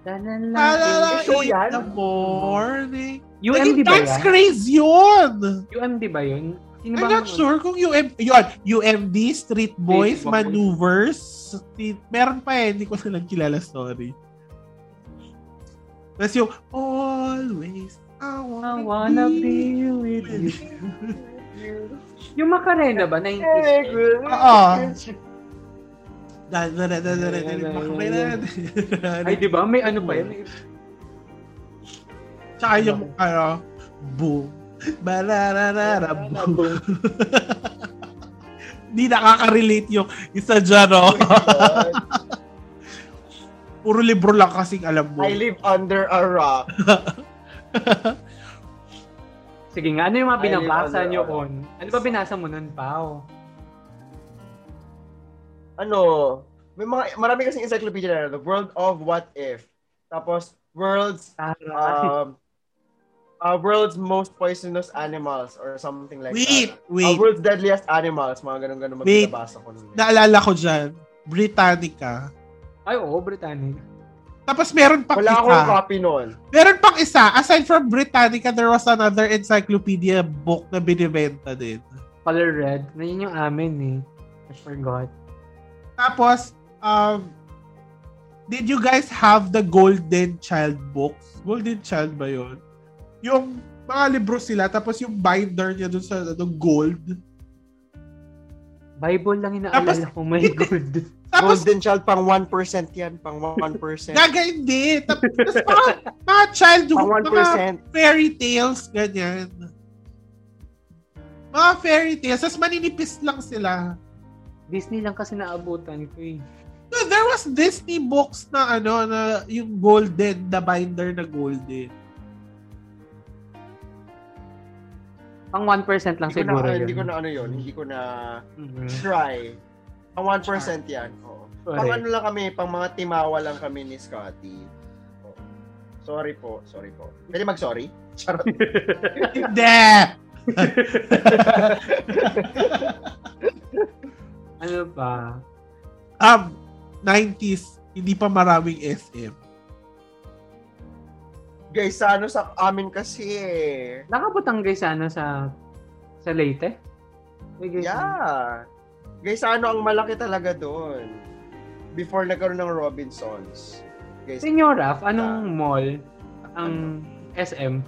S2: Lalala.
S3: shalala,
S1: Show
S3: in
S1: yan?
S3: the morning.
S2: UMD
S3: Naging
S2: ba
S3: dance
S2: yan?
S3: craze yun!
S2: UMD ba yun? Sino
S3: I'm
S2: ba ang-
S3: not sure kung UM, yun, UMD, Street
S2: Boys.
S3: Boys, Maneuvers, Street, meron pa eh, hindi ko silang kilala, sorry. Tapos yung, always, I wanna,
S2: I wanna
S3: be,
S2: be with
S3: with
S2: you.
S3: you.
S2: Yung Macarena ba? 90s.
S3: Oo. Da- da- da- da- da- da- da- da- da-
S2: Ay, di ba? May ano pa yun?
S3: Tsaka yung, ano, boom. Bararara, boom. Hindi nakaka-relate yung isa dyan, oh. Puro libro lang kasing alam mo.
S1: I live under a rock.
S2: Sige nga, ano yung mga
S1: Ay,
S2: binabasa
S1: ano,
S2: nyo
S1: ano.
S2: on? Ano ba binasa mo nun, Pao?
S1: Ano? May mga, marami kasing encyclopedia na The World of What If. Tapos, World's,
S2: Tara.
S1: um, uh, World's Most Poisonous Animals or something like
S3: Wait,
S1: that. Uh,
S3: wait.
S1: world's Deadliest Animals. Mga ganun-ganun
S3: Wait.
S1: magbabasa ko nun. eh.
S3: Naalala ko dyan, Britannica.
S2: Ay, oo, Britannic.
S3: Tapos meron pang
S1: Wala
S3: isa.
S1: akong copy nun.
S3: Meron pang isa. Aside from Britannica, there was another encyclopedia book na binibenta din.
S2: Color red. Na yun yung amin eh. I forgot.
S3: Tapos, um, did you guys have the Golden Child books? Golden Child ba yun? Yung mga libro sila, tapos yung binder niya dun sa ano, gold.
S2: Bible lang inaalala ko. My God.
S3: Tapos,
S1: Golden Child, pang 1% yan. Pang 1%.
S3: gaga hindi. Tapos, mga, mga childhood,
S1: pang
S3: mga
S1: 1%.
S3: fairy tales, ganyan. Mga fairy tales, tapos maninipis lang sila.
S2: Disney lang kasi naabutan ko eh.
S3: No, there was Disney books na ano, na yung golden, the binder na golden.
S2: Pang 1% lang
S1: Hindi ko,
S2: siguro
S1: na,
S2: yun.
S1: hindi ko na ano yun. Hindi ko na
S2: Mhm.
S1: try. Pang 1% yan. Oo. Pang
S2: Correct.
S1: ano lang kami, pang mga timawa lang kami ni Scotty. Oo. Sorry po, sorry po. Pwede mag-sorry? Charot.
S3: Hindi!
S2: Ano pa?
S3: um, 90s, hindi pa maraming SM.
S1: Guys, sa ano sa amin kasi eh.
S2: Nakabot ang Gaisano sa sa Leyte? May Gaisano.
S1: Yeah. Guys, sa ano ang malaki talaga doon. Before nagkaroon ng Robinsons. guys.
S2: Senyor Raph, anong mall ang
S1: Ano?
S2: SM?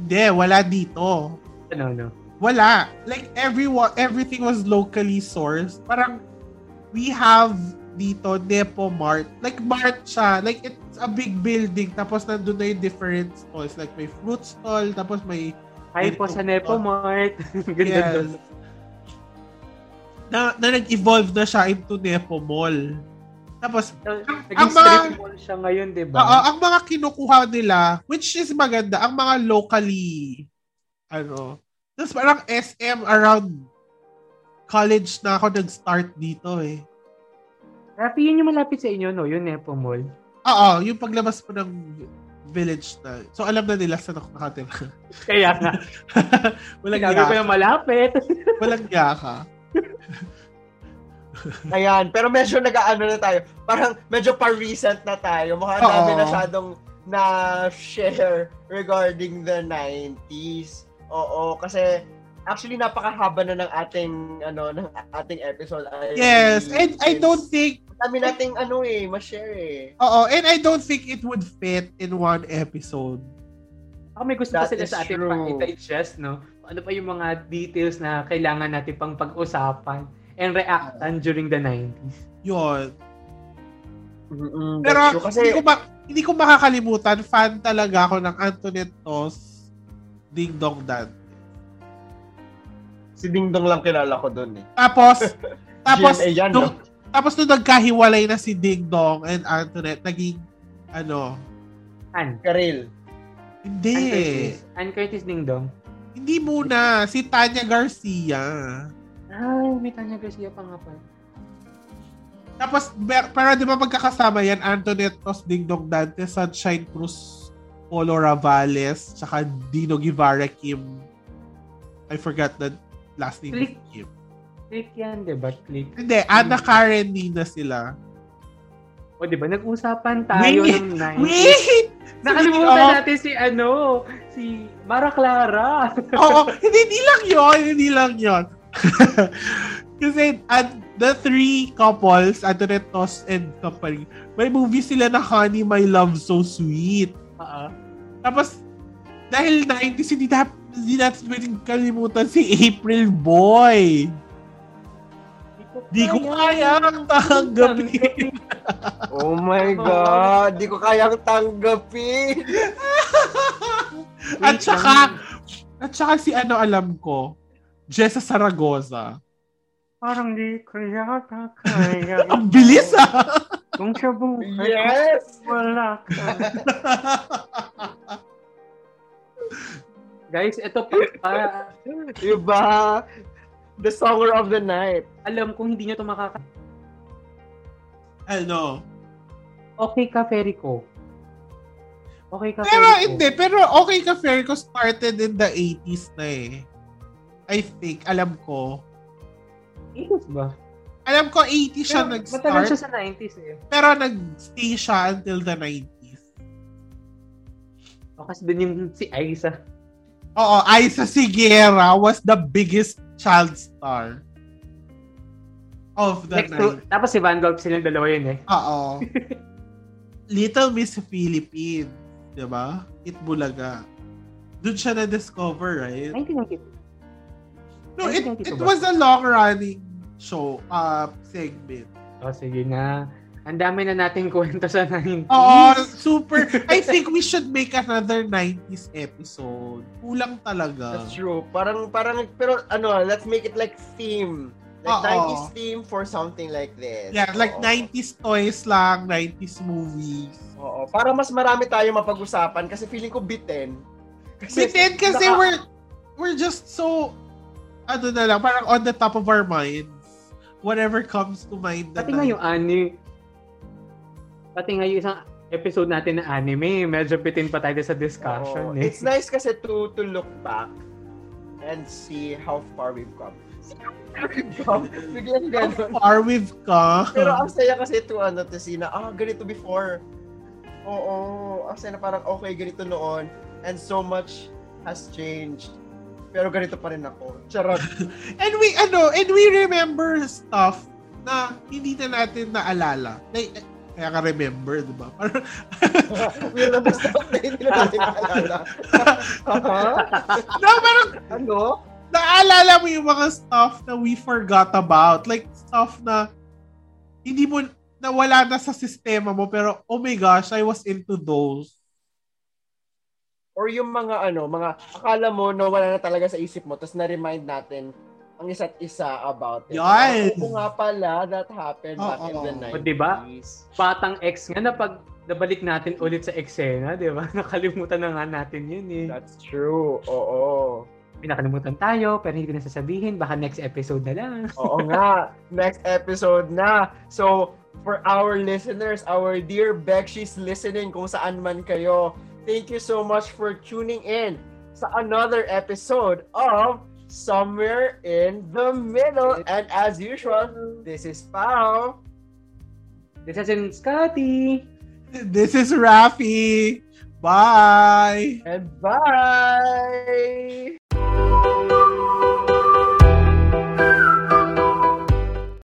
S3: Hindi, wala dito.
S2: Ano, ano?
S3: Wala. Like, everyone, everything was locally sourced. Parang, we have dito, Depo Mart. Like, Mart siya. Like, it's a big building. Tapos, nandun na yung different stalls. Like, may fruit stall. Tapos, may...
S2: Hi po sa Nepo Mart. Ganda
S3: Yes.
S2: doon.
S3: Na, na nag-evolve na siya into Depo Mall. Tapos,
S2: Naging strip mall siya ngayon, di ba?
S3: Oo, ang mga kinukuha nila, which is maganda, ang mga locally, ano, tapos parang SM around college na ako nag-start dito eh.
S2: Rafi, yun yung malapit sa inyo, no? Yung Nepo Mall.
S3: Oo, yung paglabas mo ng village na. So, alam na nila saan ako nakatira.
S2: Kaya nga,
S3: walang
S2: sinabi ko
S3: yaka.
S2: yung malapit.
S3: walang yaka.
S1: Ayan, pero medyo nag-ano na tayo. Parang medyo pa-recent na tayo. Mukha
S3: Oo.
S1: namin masyadong na-share regarding the 90s. Oo, kasi actually napakahaba na ng ating ano ng ating episode. I
S3: Yes,
S1: believe.
S3: and I don't think,
S1: Ang Dami nating ano eh, ma-share eh.
S3: oo, and I don't think it would fit in one episode.
S2: Ako may gusto pa
S1: That
S2: sila
S1: is
S2: sa ating
S1: true.
S2: pakita just, no? Ano pa yung mga details na kailangan natin pang pag-usapan and reactan during the 90s?
S3: Yun.
S1: Mm-mm,
S3: Pero
S1: that's true. kasi
S3: hindi ko ma- hindi ko makakalimutan, fan talaga ako ng Antoinette Toss Ding Dong Dan.
S1: si Ding Dong lang kilala ko doon eh.
S3: Tapos tapos
S1: GMA yan,
S3: nung,
S1: no?
S3: tapos nung nagkahiwalay na si Ding Dong and Antoinette, naging ano,
S2: Ann.
S1: Karel.
S3: hindi.
S2: Ann Curtis. Ann Curtis Ding Dong.
S3: Hindi muna si Tanya Garcia.
S2: Ay, may Tanya Garcia pa nga pala.
S3: Tapos mer- pero 'di ba magkakasama yan Antoinette Toss Ding Dong Dante, Sunshine Cruz, Polo Ravales, tsaka Dino Guevara Kim. I forgot the last name
S2: Click.
S3: of Kim.
S2: Click yan, di ba? Click.
S3: Hindi, Anna Karen Nina sila.
S2: O, di ba? Nag-usapan tayo
S3: Wait!
S2: ng 90s.
S3: Wait!
S2: Nakalimutan
S3: Oo.
S2: natin si, ano, si Mara Clara.
S3: Oo, hindi, hindi lang yun, hindi lang yun. Kasi at the three couples, Antoinette Toss and Company, may movie sila na Honey, My Love, So Sweet.
S2: Oo.
S3: Tapos, dahil 90s, hindi, na, hindi natin pwedeng kalimutan si April Boy. Di ko kaya tanggapin.
S1: Oh my God, di ko kayang tanggapin.
S3: At saka, at saka si ano alam ko, Jessa Saragoza.
S2: Parang di ko yata kaya.
S3: Ang bilis ah!
S2: Kung siya buhay,
S1: Yes!
S2: wala ka. Guys, ito pa, Ah, pa-
S1: Diba? The songer of the night.
S2: alam kong hindi nyo ito makaka...
S3: ano?
S2: Okay ka, Ferico. Okay ka,
S3: Pero
S2: Ferico.
S3: hindi, pero okay ka fair ko started in the 80s na eh. I think, alam ko.
S2: 80s ba?
S3: Alam ko 80s siya
S2: Pero Matagal
S3: nag-start,
S2: siya sa 90s eh.
S3: pero nag-stay siya until the 90s.
S2: O, kasi dun yung si Aiza.
S3: Oo, Isa Siguera was the biggest child star of the
S2: Next to,
S3: 90s.
S2: tapos si Van Gogh silang dalawa yun eh.
S3: Oo. Little Miss Philippines, di ba? Itbulaga. Doon siya na-discover, right?
S2: 1992.
S3: No, it,
S2: 1992
S3: it
S2: ba?
S3: was a long-running show, uh, segment.
S2: O, Oh, sige na. Ang dami na nating kwento sa 90s.
S3: Oo, super. I think we should make another 90s episode. Kulang talaga.
S1: That's true. Parang, parang, pero ano, let's make it like theme. Like
S3: Oo.
S1: 90s theme for something like this.
S3: Ah, Yeah, like
S1: Oo.
S3: 90s toys lang, 90s movies.
S1: Oo. Para mas marami tayo mapag-usapan kasi feeling ko bitin.
S3: But then, kasi
S1: naka-
S3: we're, we're just so, ano na lang, parang on the top of our minds. Whatever comes to mind. na
S2: Pati nga yung anime. Pati nga yung isang episode natin na anime, medyo pitin pa tayo sa discussion
S1: Oo.
S2: eh.
S1: It's nice kasi to to look back and see how far we've come. See how far we've come. Biglang
S3: How
S1: ganun.
S3: far we've come.
S1: Pero ang saya kasi to ano to see na ah ganito before. Oo, ang saya na parang okay ganito noon and so much has changed. Pero ganito pa rin ako. Charot.
S3: And we ano, and we remember stuff na hindi na natin naalala. Like Kaya ka remember, di ba? Parang-
S1: Will, na basta ako hindi na natin maalala. Ha? Ah.
S3: no, parang
S1: Ano?
S3: naalala mo yung mga stuff na we forgot about. Like, stuff na hindi mo, nawala na sa sistema mo, pero oh my gosh, I was into those.
S1: Or yung mga ano, mga akala mo na wala na talaga sa isip mo, tapos na-remind natin ang isa't isa about it.
S3: Yes!
S1: Oo nga pala, that happened back in the 90s.
S3: Oo.
S2: O, diba? Batang ex nga na pag nabalik natin ulit sa eksena, di ba? Nakalimutan na nga natin yun eh.
S1: That's true. Oo.
S2: Pinakalimutan tayo, pero hindi ko na sasabihin. Baka next episode na lang.
S1: Oo nga. Next episode na. So, for our listeners, our dear Bekshis listening kung saan man kayo, thank you so much for tuning in sa another episode of Somewhere in the Middle. And as usual, this is Pao.
S2: This has been Scotty!
S3: This is Rafi. Bye!
S1: And bye!